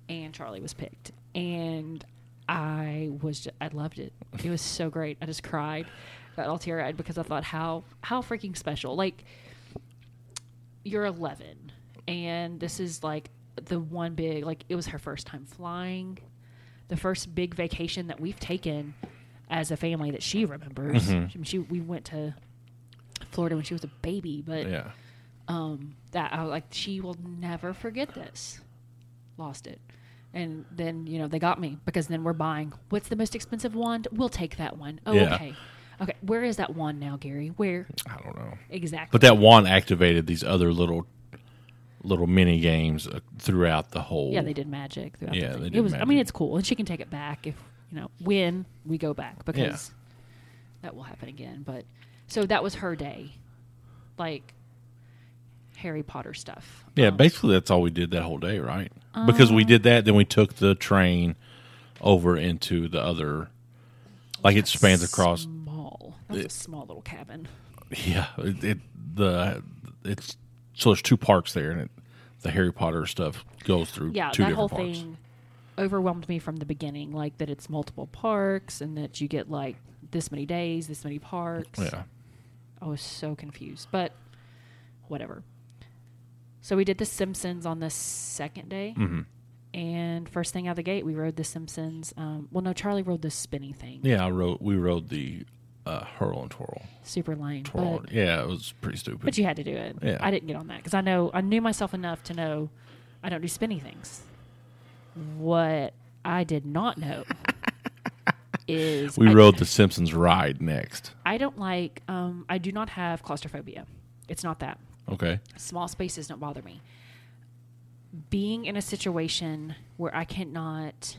[SPEAKER 4] And Charlie was picked. And I was, just, I loved it. It was so great. I just cried, got all teary eyed because I thought, how, how freaking special. Like, you're 11, and this is like the one big, like, it was her first time flying, the first big vacation that we've taken as a family that she remembers.
[SPEAKER 3] Mm-hmm.
[SPEAKER 4] I mean, she, we went to Florida when she was a baby, but
[SPEAKER 3] Yeah.
[SPEAKER 4] um, that I was like she will never forget this. Lost it, and then you know they got me because then we're buying. What's the most expensive wand? We'll take that one. Oh,
[SPEAKER 3] Yeah.
[SPEAKER 4] okay, okay. Where is that wand now, Gary? Where
[SPEAKER 3] I don't know.
[SPEAKER 4] exactly?
[SPEAKER 3] But that wand activated these other little little mini games uh, throughout the whole.
[SPEAKER 4] yeah, they did magic. Throughout the
[SPEAKER 3] Yeah,
[SPEAKER 4] thing.
[SPEAKER 3] they
[SPEAKER 4] It
[SPEAKER 3] did
[SPEAKER 4] was. I mean,
[SPEAKER 3] magic.
[SPEAKER 4] it's cool, and she can take it back if you know when we go back because that will happen again. But so that was her day, like Harry Potter stuff.
[SPEAKER 3] Yeah, basically that's all we did that whole day, right? because
[SPEAKER 4] Uh.
[SPEAKER 3] we did that, then we took the train over into the other. Like it spans across.
[SPEAKER 4] Small. That was a small little cabin.
[SPEAKER 3] Yeah, it, it the it's so there's two parks there, and it, the Harry Potter stuff goes through.
[SPEAKER 4] yeah,
[SPEAKER 3] two
[SPEAKER 4] that
[SPEAKER 3] different
[SPEAKER 4] whole
[SPEAKER 3] parks.
[SPEAKER 4] thing overwhelmed me from the beginning. Like that it's multiple parks and that you get like this many days, this many parks.
[SPEAKER 3] Yeah,
[SPEAKER 4] I was so confused, but whatever. So we did The Simpsons on the second day.
[SPEAKER 3] Mm-hmm.
[SPEAKER 4] And first thing out of the gate, we rode The Simpsons. Um, well, no, Charlie rode the spinny thing.
[SPEAKER 3] yeah. I rode. We rode the uh, hurl and twirl.
[SPEAKER 4] Super lame.
[SPEAKER 3] twirl.
[SPEAKER 4] But,
[SPEAKER 3] yeah, it was pretty stupid.
[SPEAKER 4] but you had to do it.
[SPEAKER 3] Yeah.
[SPEAKER 4] I didn't get on that because I know I knew myself enough to know I don't do spinny things. What I did not know is
[SPEAKER 3] we
[SPEAKER 4] I,
[SPEAKER 3] rode the Simpsons ride next.
[SPEAKER 4] I don't like. Um, I do not have claustrophobia. It's not that
[SPEAKER 3] Okay.
[SPEAKER 4] small spaces don't bother me. Being in a situation where I cannot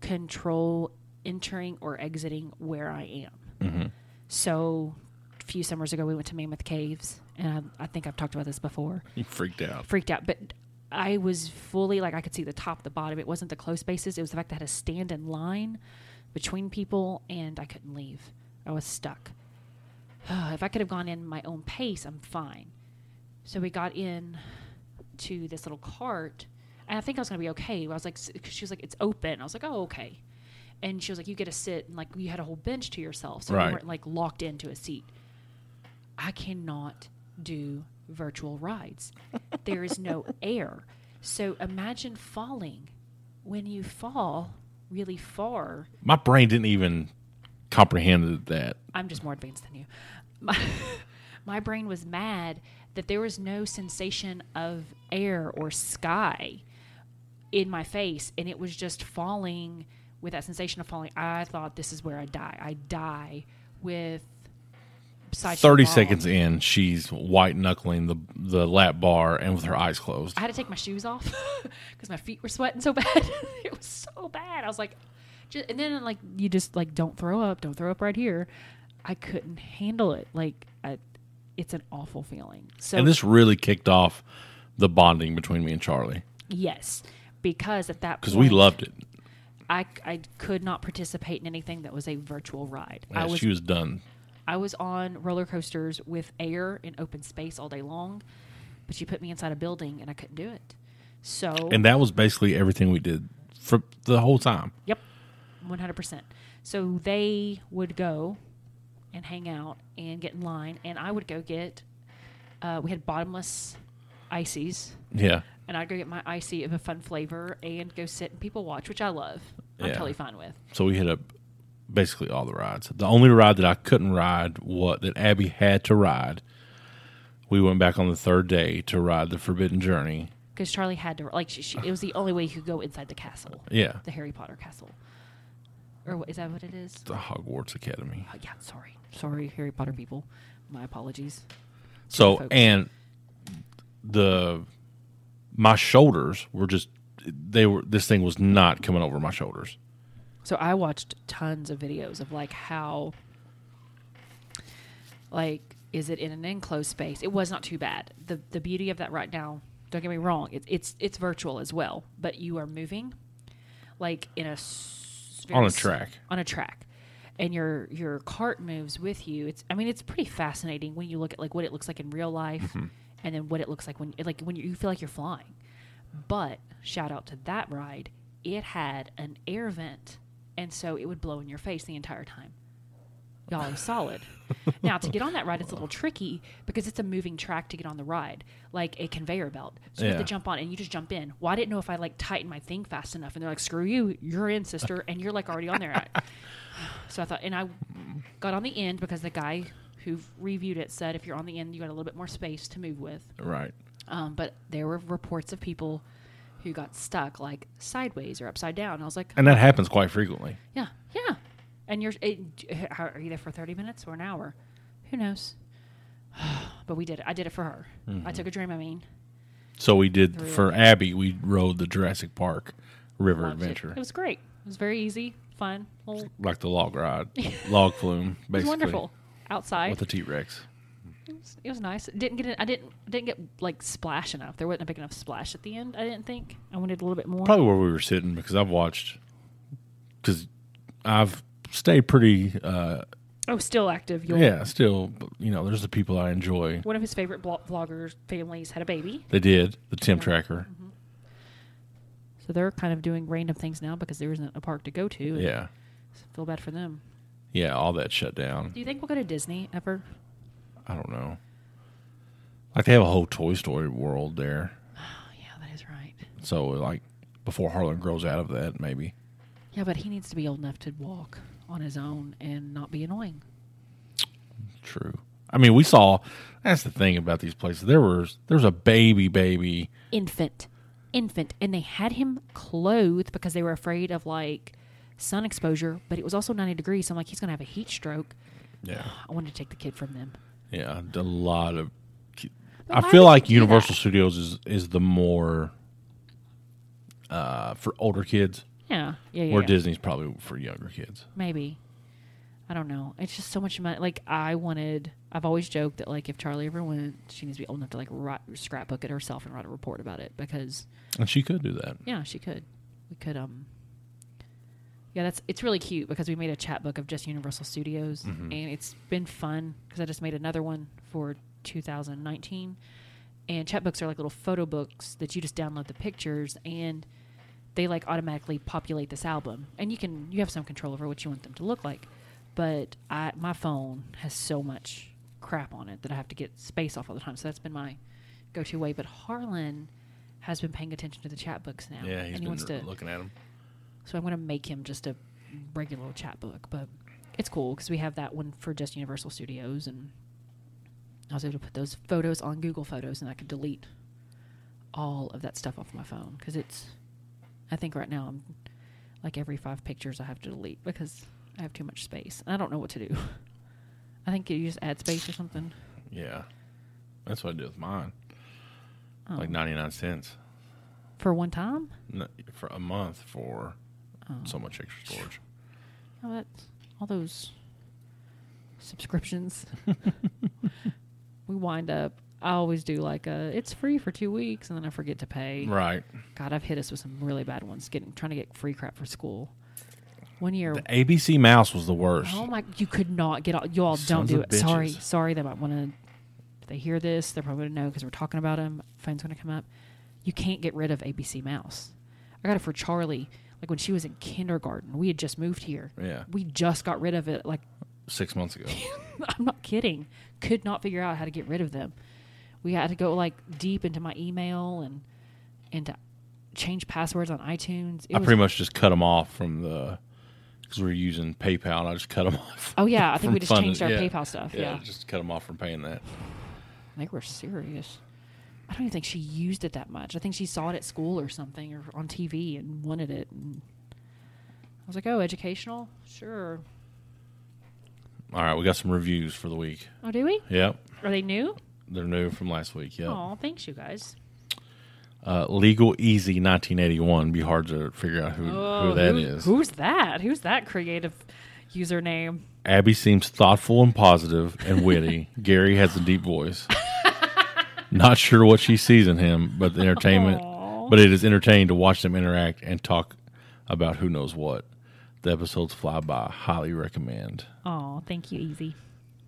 [SPEAKER 4] control entering or exiting where I am.
[SPEAKER 3] Mm-hmm.
[SPEAKER 4] So, a few summers ago, we went to Mammoth Caves, and I, I think I've talked about this before.
[SPEAKER 3] You freaked out.
[SPEAKER 4] Freaked out, but I was fully like I could see the top, the bottom. It wasn't the close spaces; it was the fact that I had to stand in line between people, and I couldn't leave. I was stuck. if I could have gone in my own pace, I'm fine. So we got in to this little cart, and I think I was gonna be okay. I was like, s- 'cause she was like, it's open. I was like, oh, okay. And she was like, you get to sit, and like you had a whole bench to yourself, so
[SPEAKER 3] Right.
[SPEAKER 4] you weren't like locked into a seat. I cannot do virtual rides. there is no air. So imagine falling. When you fall really far,
[SPEAKER 3] My brain didn't even comprehend that.
[SPEAKER 4] I'm just more advanced than you. My, my brain was mad that there was no sensation of air or sky in my face, and it was just falling with that sensation of falling. I thought this is where I die. I die with. side
[SPEAKER 3] Thirty
[SPEAKER 4] fall.
[SPEAKER 3] seconds in, she's white knuckling the the lap bar and with her eyes closed.
[SPEAKER 4] I had to take my shoes off because my feet were sweating so bad. it was so bad. I was like, just, and then like you just like don't throw up, don't throw up right here. I couldn't handle it. Like, I, it's an awful feeling. So
[SPEAKER 3] And this really kicked off the bonding between me and Charlie
[SPEAKER 4] yes, because at that
[SPEAKER 3] because
[SPEAKER 4] because
[SPEAKER 3] we loved it.
[SPEAKER 4] I I could not participate in anything that was a virtual ride. I
[SPEAKER 3] Yeah,
[SPEAKER 4] was
[SPEAKER 3] she was done.
[SPEAKER 4] I was on roller coasters with air in open space all day long, but you put me inside a building and I couldn't do it. So
[SPEAKER 3] And that was basically everything we did for the whole time.
[SPEAKER 4] Yep, one hundred percent. So they would go and hang out and get in line, and I would go get. Uh, we had bottomless ices,
[SPEAKER 3] Yeah.
[SPEAKER 4] and I'd go get my icy of a fun flavor and go sit and people watch, which I love. I'm
[SPEAKER 3] Yeah.
[SPEAKER 4] totally fine with.
[SPEAKER 3] So we hit up basically all the rides. The only ride that I couldn't ride, what that Abby had to ride, we went back on the third day to ride the Forbidden Journey.
[SPEAKER 4] because Charlie had to like she, she, it was the only way you could go inside the castle.
[SPEAKER 3] Yeah.
[SPEAKER 4] the Harry Potter castle, or what, is that what it is?
[SPEAKER 3] The Hogwarts Academy.
[SPEAKER 4] Oh, yeah, sorry, sorry, Harry Potter people. My apologies.
[SPEAKER 3] So
[SPEAKER 4] folks.
[SPEAKER 3] and the my shoulders were just they were this thing was not coming over my shoulders.
[SPEAKER 4] So I watched tons of videos of like how, like, is it in an enclosed space? It was not too bad. the The beauty of that right now, don't get me wrong, it's it's it's virtual as well, but you are moving, like in a s-
[SPEAKER 3] On a
[SPEAKER 4] s-
[SPEAKER 3] track.
[SPEAKER 4] on a track, and your your cart moves with you. It's I mean it's pretty fascinating when you look at like what it looks like in real life,
[SPEAKER 3] Mm-hmm.
[SPEAKER 4] and then what it looks like when like when you, you feel like you're flying. But shout out to that ride, it had an air vent, and so it would blow in your face the entire time. Y'all are solid. now to get on that ride, it's a little tricky because it's a moving track to get on the ride, like a conveyor belt. So you have
[SPEAKER 3] Yeah.
[SPEAKER 4] to jump on, and you just jump in. Well, I didn't know if I like tightened my thing fast enough, and they're like, "Screw you, you're in, sister," and you're like already on there. I- so I thought, and I got on the end because the guy who reviewed it said if you're on the end, you got a little bit more space to move with.
[SPEAKER 3] Right.
[SPEAKER 4] Um, but there were reports of people who got stuck like sideways or upside down. I was like,
[SPEAKER 3] And that happens quite frequently.
[SPEAKER 4] yeah, yeah. And you're, it, how- are you there for 30 minutes or an hour? Who knows? but we did it. I did it for her. I
[SPEAKER 3] Mm-hmm.
[SPEAKER 4] took a Dramamine.
[SPEAKER 3] So we did for Abby, we rode the Jurassic Park River
[SPEAKER 4] Loved it.
[SPEAKER 3] Adventure.
[SPEAKER 4] It was great. It was very easy, fun. Well, it
[SPEAKER 3] like the log ride, log flume, basically.
[SPEAKER 4] was wonderful. Outside,
[SPEAKER 3] With the T Rex.
[SPEAKER 4] was- it was nice. It didn't get it, I didn't didn't get like splash enough. There wasn't a big enough splash at the end. I didn't think. I wanted a little bit more.
[SPEAKER 3] Probably where we were sitting because I've watched, because I've stayed pretty, uh,
[SPEAKER 4] Oh, still active. You'll,
[SPEAKER 3] yeah, still, but, you know, there's the people I enjoy.
[SPEAKER 4] One of his favorite blo- vloggers families had a baby,
[SPEAKER 3] They did, the Tim Tracker.
[SPEAKER 4] so they're kind of doing random things now because there isn't a park to go to. and
[SPEAKER 3] Yeah.
[SPEAKER 4] feel bad for them.
[SPEAKER 3] Yeah, all that shut down.
[SPEAKER 4] Do you think we'll go to Disney ever?
[SPEAKER 3] I don't know. Like they have a whole Toy Story world there.
[SPEAKER 4] Oh yeah, that is right.
[SPEAKER 3] So, like, before Harlan grows out of that, maybe.
[SPEAKER 4] Yeah, but he needs to be old enough to walk on his own and not be annoying.
[SPEAKER 3] True. I mean, we saw. That's the thing about these places. There was there was a baby, baby.
[SPEAKER 4] infant infant and they had him clothed because they were afraid of like sun exposure but it was also 90 degrees so i'm like he's gonna have a heat stroke
[SPEAKER 3] Yeah,
[SPEAKER 4] i wanted to take the kid from them
[SPEAKER 3] yeah. A lot of. ki-
[SPEAKER 4] But
[SPEAKER 3] I
[SPEAKER 4] why
[SPEAKER 3] feel
[SPEAKER 4] would
[SPEAKER 3] like
[SPEAKER 4] you do
[SPEAKER 3] Universal
[SPEAKER 4] that?
[SPEAKER 3] Studios is is the more. Uh, for older kids,
[SPEAKER 4] yeah yeah yeah,
[SPEAKER 3] where
[SPEAKER 4] yeah.
[SPEAKER 3] Disney's probably for younger kids.
[SPEAKER 4] maybe i don't know it's just so much money like i wanted i've always joked that like if charlie ever went she needs to be old enough to like write, scrapbook it herself and write a report about it because
[SPEAKER 3] And she could do that.
[SPEAKER 4] yeah she could we could um yeah that's it's really cute because we made a chat book of just universal studios
[SPEAKER 3] Mm-hmm.
[SPEAKER 4] and it's been fun because i just made another one for 2019 And chapbooks are like little photo books that you just download the pictures and they like automatically populate this album. And you can you have some control over what you want them to look like. But I my phone has so much crap on it that I have to get space off all the time. So that's been my go to way. But Harlan has been paying attention to the chapbooks now.
[SPEAKER 3] Yeah, he's
[SPEAKER 4] and he
[SPEAKER 3] been
[SPEAKER 4] wants to
[SPEAKER 3] looking at him.
[SPEAKER 4] so I'm going to make him just a regular old chapbook, but it's cool because we have that one for just Universal Studios, and I was able to put those photos on Google Photos, and I could delete all of that stuff off my phone because it's. I think right now I'm like every five pictures I have to delete because I have too much space. I don't know what to do. I think you just add space or something.
[SPEAKER 3] Yeah, that's what I did with mine.
[SPEAKER 4] Oh.
[SPEAKER 3] Like ninety nine cents
[SPEAKER 4] Um, For one time? Um,
[SPEAKER 3] n- for a month for so much extra storage.
[SPEAKER 4] Oh, that's all those subscriptions. we wind up. I always do like a it's free for two weeks and then I forget to pay.
[SPEAKER 3] Right,
[SPEAKER 4] God, I've hit us with some really bad ones. Getting trying to get free crap for school. One year,
[SPEAKER 3] the ABC mouse was the worst.
[SPEAKER 4] oh my, you could not get all. You all
[SPEAKER 3] Sons
[SPEAKER 4] don't do
[SPEAKER 3] of
[SPEAKER 4] it. Sorry,
[SPEAKER 3] bitches.
[SPEAKER 4] sorry. They might want to. If they hear this, they're probably gonna know because we're talking about them. Phone's gonna come up. You can't get rid of ABC Mouse. I got it for Charlie. Like when she was in kindergarten, we had just moved here.
[SPEAKER 3] Yeah.
[SPEAKER 4] we just got rid of it like
[SPEAKER 3] Six months ago,
[SPEAKER 4] I'm not kidding. Could not figure out how to get rid of them. We had to go like deep into my email and and to change passwords on iTunes. It
[SPEAKER 3] I
[SPEAKER 4] was-
[SPEAKER 3] pretty much just cut them off from the because we were using PayPal. and I just cut them off.
[SPEAKER 4] oh yeah, I think
[SPEAKER 3] from
[SPEAKER 4] we just
[SPEAKER 3] funding-
[SPEAKER 4] changed our
[SPEAKER 3] yeah.
[SPEAKER 4] PayPal stuff. Yeah,
[SPEAKER 3] just cut them off from paying that.
[SPEAKER 4] they were serious. I don't even think she used it that much. I think she saw it at school or something or on TV and wanted it. And I was like, oh, educational, sure.
[SPEAKER 3] All right, we got some reviews for the week.
[SPEAKER 4] Oh, do we?
[SPEAKER 3] Yep,
[SPEAKER 4] Are they new?
[SPEAKER 3] they're new from last week. Yep.
[SPEAKER 4] Oh, thanks you guys.
[SPEAKER 3] Uh, Legal Easy 1981. Be hard to figure out who, who that
[SPEAKER 4] Oh, who-
[SPEAKER 3] is.
[SPEAKER 4] Who's that? Who's that creative username?
[SPEAKER 3] Abby seems thoughtful and positive and witty. Gary has a deep voice. Not sure what she sees in him, but the entertainment, but it is entertaining to watch them interact and talk about who knows what. The episodes fly by. Highly recommend.
[SPEAKER 4] Oh, thank you, Easy.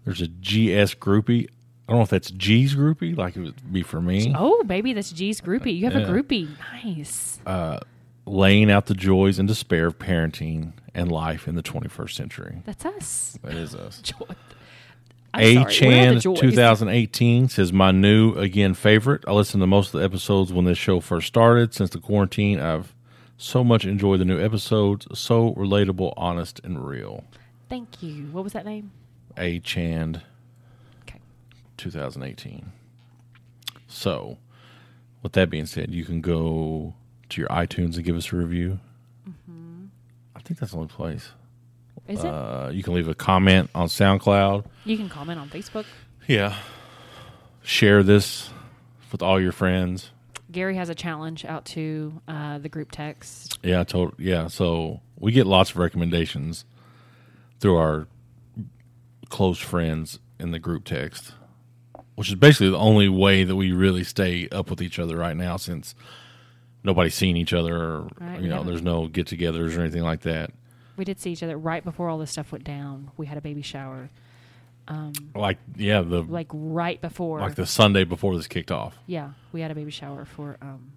[SPEAKER 3] There's a GS groupie. I don't know if that's G's groupie, like it would be for me.
[SPEAKER 4] Oh, baby, that's G's groupie. You have a groupie. Nice.
[SPEAKER 3] Laying out the joys and despair of parenting and life in the 21st century.
[SPEAKER 4] That's us.
[SPEAKER 3] That is us.
[SPEAKER 4] Joy. I'm
[SPEAKER 3] A
[SPEAKER 4] sorry, where are the
[SPEAKER 3] Chan
[SPEAKER 4] joys?
[SPEAKER 3] 2018 says my new again favorite. I listened to most of the episodes when this show first started. Since the quarantine, I've so much enjoyed the new episodes. So relatable, honest, and real.
[SPEAKER 4] Thank you. What was that name?
[SPEAKER 3] A Chan
[SPEAKER 4] Okay.
[SPEAKER 3] 2018. So, with that being said, you can go to your iTunes and give us a review.
[SPEAKER 4] Mm-hmm.
[SPEAKER 3] I think that's the only place.
[SPEAKER 4] Is
[SPEAKER 3] Uh, you can leave a comment on SoundCloud.
[SPEAKER 4] it? You can comment on Facebook.
[SPEAKER 3] Yeah. Share this with all your friends.
[SPEAKER 4] Gary has a challenge out to uh, the group text.
[SPEAKER 3] Yeah, I told yeah, so we get lots of recommendations through our close friends in the group text, which is basically the only way that we really stay up with each other right now since nobody's seen each other or
[SPEAKER 4] Right,
[SPEAKER 3] you
[SPEAKER 4] we
[SPEAKER 3] know,
[SPEAKER 4] haven't.
[SPEAKER 3] there's no get-togethers or anything like that.
[SPEAKER 4] We did see each other right before all this stuff went down. We had a baby shower,
[SPEAKER 3] Like yeah, the
[SPEAKER 4] like right before.
[SPEAKER 3] like the Sunday before this kicked off.
[SPEAKER 4] yeah, we had a baby shower for um,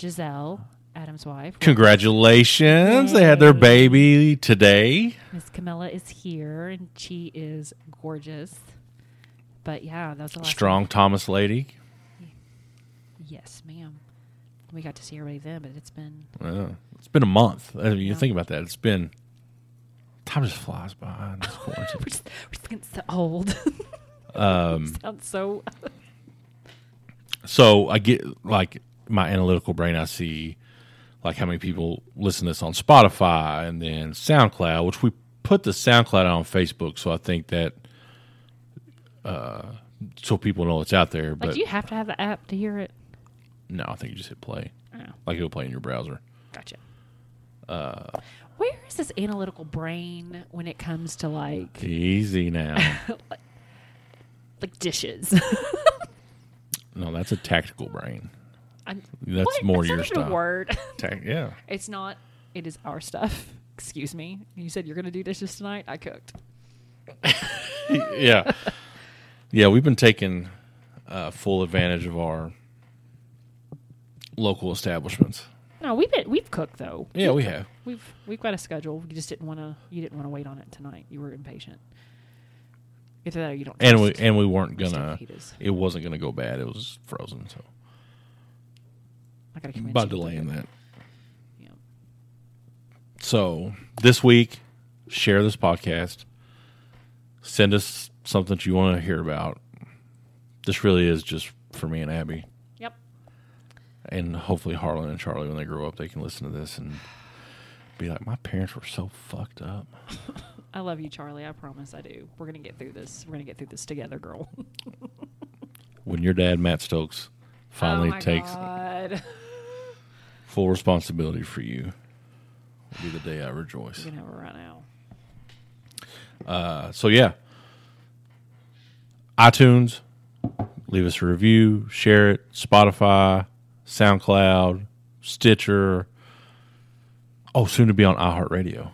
[SPEAKER 4] Giselle, Adam's wife.
[SPEAKER 3] Congratulations. They had their baby today.
[SPEAKER 4] Miss Camilla is here, and she is gorgeous. But yeah, that was the last
[SPEAKER 3] Strong Thomas lady.
[SPEAKER 4] Yes, ma'am. We got to see everybody then, but it's been
[SPEAKER 3] Yeah. It's been a month. I mean, you think about that. It's been time just flies by. in this quarantine.
[SPEAKER 4] we're just, we're just getting so old. um, sounds so.
[SPEAKER 3] so I get like my analytical brain. I see like how many people listen to this on Spotify and then SoundCloud, which we put the SoundCloud out on Facebook. So I think that uh, so people know it's out there.
[SPEAKER 4] Like,
[SPEAKER 3] But
[SPEAKER 4] do you have to have the app to hear it?
[SPEAKER 3] no, I think you just hit play.
[SPEAKER 4] Oh,
[SPEAKER 3] Like it'll play in your browser.
[SPEAKER 4] gotcha.
[SPEAKER 3] Uh,
[SPEAKER 4] Where is this analytical brain when it comes to like
[SPEAKER 3] Easy now.
[SPEAKER 4] like dishes?
[SPEAKER 3] no, that's a tactical brain.
[SPEAKER 4] I'm,
[SPEAKER 3] That's
[SPEAKER 4] what?
[SPEAKER 3] more
[SPEAKER 4] That's
[SPEAKER 3] your
[SPEAKER 4] not even a
[SPEAKER 3] style.
[SPEAKER 4] word.
[SPEAKER 3] Tac- yeah.
[SPEAKER 4] it's not. It is our stuff. Excuse me. You said you're going to do dishes tonight. I cooked.
[SPEAKER 3] yeah. Yeah, we've been taking uh, full advantage of our local establishments.
[SPEAKER 4] No, we've been, we've cooked though.
[SPEAKER 3] Yeah, we have.
[SPEAKER 4] We've we've got a schedule. You just didn't want to. You didn't want to wait on it tonight. You were impatient. Either that or you don't.
[SPEAKER 3] and we
[SPEAKER 4] trust.
[SPEAKER 3] and we weren't gonna.
[SPEAKER 4] Stuff heaters.
[SPEAKER 3] It wasn't gonna go bad. It was frozen, so
[SPEAKER 4] I gotta convince
[SPEAKER 3] by
[SPEAKER 4] you to
[SPEAKER 3] delaying
[SPEAKER 4] do it.
[SPEAKER 3] that.
[SPEAKER 4] Yeah.
[SPEAKER 3] So this week, share this podcast. Send us something that you want to hear about. This really is just for me and Abby,
[SPEAKER 4] Yep.
[SPEAKER 3] and hopefully Harlan and Charlie when they grow up, they can listen to this and be like, "My parents were so fucked up."
[SPEAKER 4] I love you, Charlie. I promise I do. We're gonna get through this. We're gonna get through this together, girl.
[SPEAKER 3] When your dad, Matt Stokes, finally
[SPEAKER 4] oh my
[SPEAKER 3] takes
[SPEAKER 4] God.
[SPEAKER 3] full responsibility for you, will be the day I rejoice. Uh,
[SPEAKER 4] you know right now.
[SPEAKER 3] So yeah, iTunes, leave us a review, share it. Spotify, SoundCloud, Stitcher. Oh, soon to be on iHeartRadio. How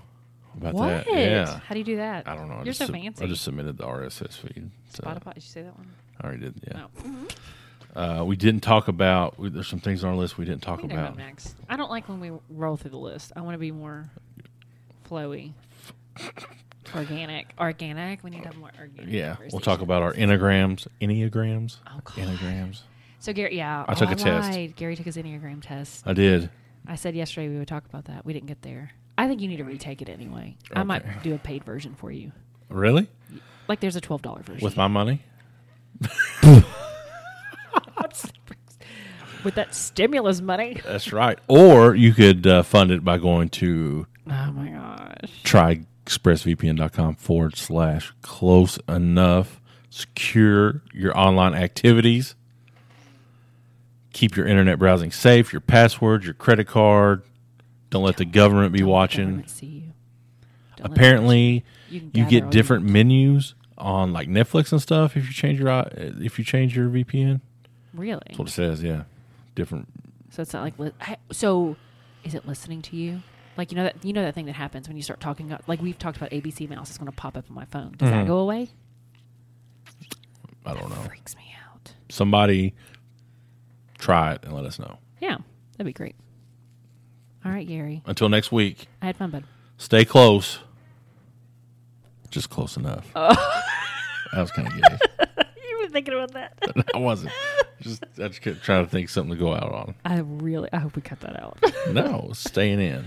[SPEAKER 3] About
[SPEAKER 4] What?
[SPEAKER 3] that, yeah.
[SPEAKER 4] How do you do that?
[SPEAKER 3] I don't know. I
[SPEAKER 4] You're
[SPEAKER 3] just
[SPEAKER 4] so
[SPEAKER 3] sub-
[SPEAKER 4] fancy.
[SPEAKER 3] I just uh, submitted the RSS feed. So
[SPEAKER 4] Spotify. Did you say that one?
[SPEAKER 3] I already did. Yeah.
[SPEAKER 4] No.
[SPEAKER 3] Uh, we didn't talk about. We, there's some things on our list we didn't talk
[SPEAKER 4] Mm-hmm. We can talk
[SPEAKER 3] about.
[SPEAKER 4] about next. I don't like when we roll through the list. I want to be more flowy, organic, organic. We need to have more organic.
[SPEAKER 3] Yeah, we'll
[SPEAKER 4] conversation.
[SPEAKER 3] talk about our enneagrams, enneagrams, enneagrams.
[SPEAKER 4] So Gary, yeah,
[SPEAKER 3] I took
[SPEAKER 4] a
[SPEAKER 3] a test.
[SPEAKER 4] Gary took his enneagram test.
[SPEAKER 3] I did.
[SPEAKER 4] I said yesterday we would talk about that. We didn't get there. I think you need to retake it anyway. I might do a paid version for you.
[SPEAKER 3] Really?
[SPEAKER 4] Like there's a twelve dollar version
[SPEAKER 3] With my money?
[SPEAKER 4] with that stimulus money.
[SPEAKER 3] That's right. Or you could uh, fund it by going to
[SPEAKER 4] Oh my gosh.
[SPEAKER 3] try expressvpn.com forward slash close enough. Secure your online activities. Keep your internet browsing safe, your passwords, your credit card. Don't let the government be watching.
[SPEAKER 4] Government see you. Don't let
[SPEAKER 3] Apparently,
[SPEAKER 4] You can
[SPEAKER 3] you
[SPEAKER 4] gather all
[SPEAKER 3] get
[SPEAKER 4] your-
[SPEAKER 3] different menus on like Netflix and stuff if you change your i- if you change your VPN.
[SPEAKER 4] Really?
[SPEAKER 3] That's what it says, yeah. Different
[SPEAKER 4] So it's not like li- I- so. Is it listening to you? Like you know that you know that thing that happens when you start talking. about- Like we've talked about ABC Mouse is going to pop up on my phone. Does that go away?
[SPEAKER 3] I don't know.
[SPEAKER 4] Freaks me out.
[SPEAKER 3] Somebody try it and let us know.
[SPEAKER 4] Yeah, that'd be great. All right, Gary.
[SPEAKER 3] Until next week.
[SPEAKER 4] I had fun, bud.
[SPEAKER 3] Stay close. Just close enough.
[SPEAKER 4] Oh.
[SPEAKER 3] I was kind of gay.
[SPEAKER 4] You were thinking about that.
[SPEAKER 3] I wasn't. Just I just kept trying to think something to go out on.
[SPEAKER 4] I really. I hope we cut that out.
[SPEAKER 3] No, staying in.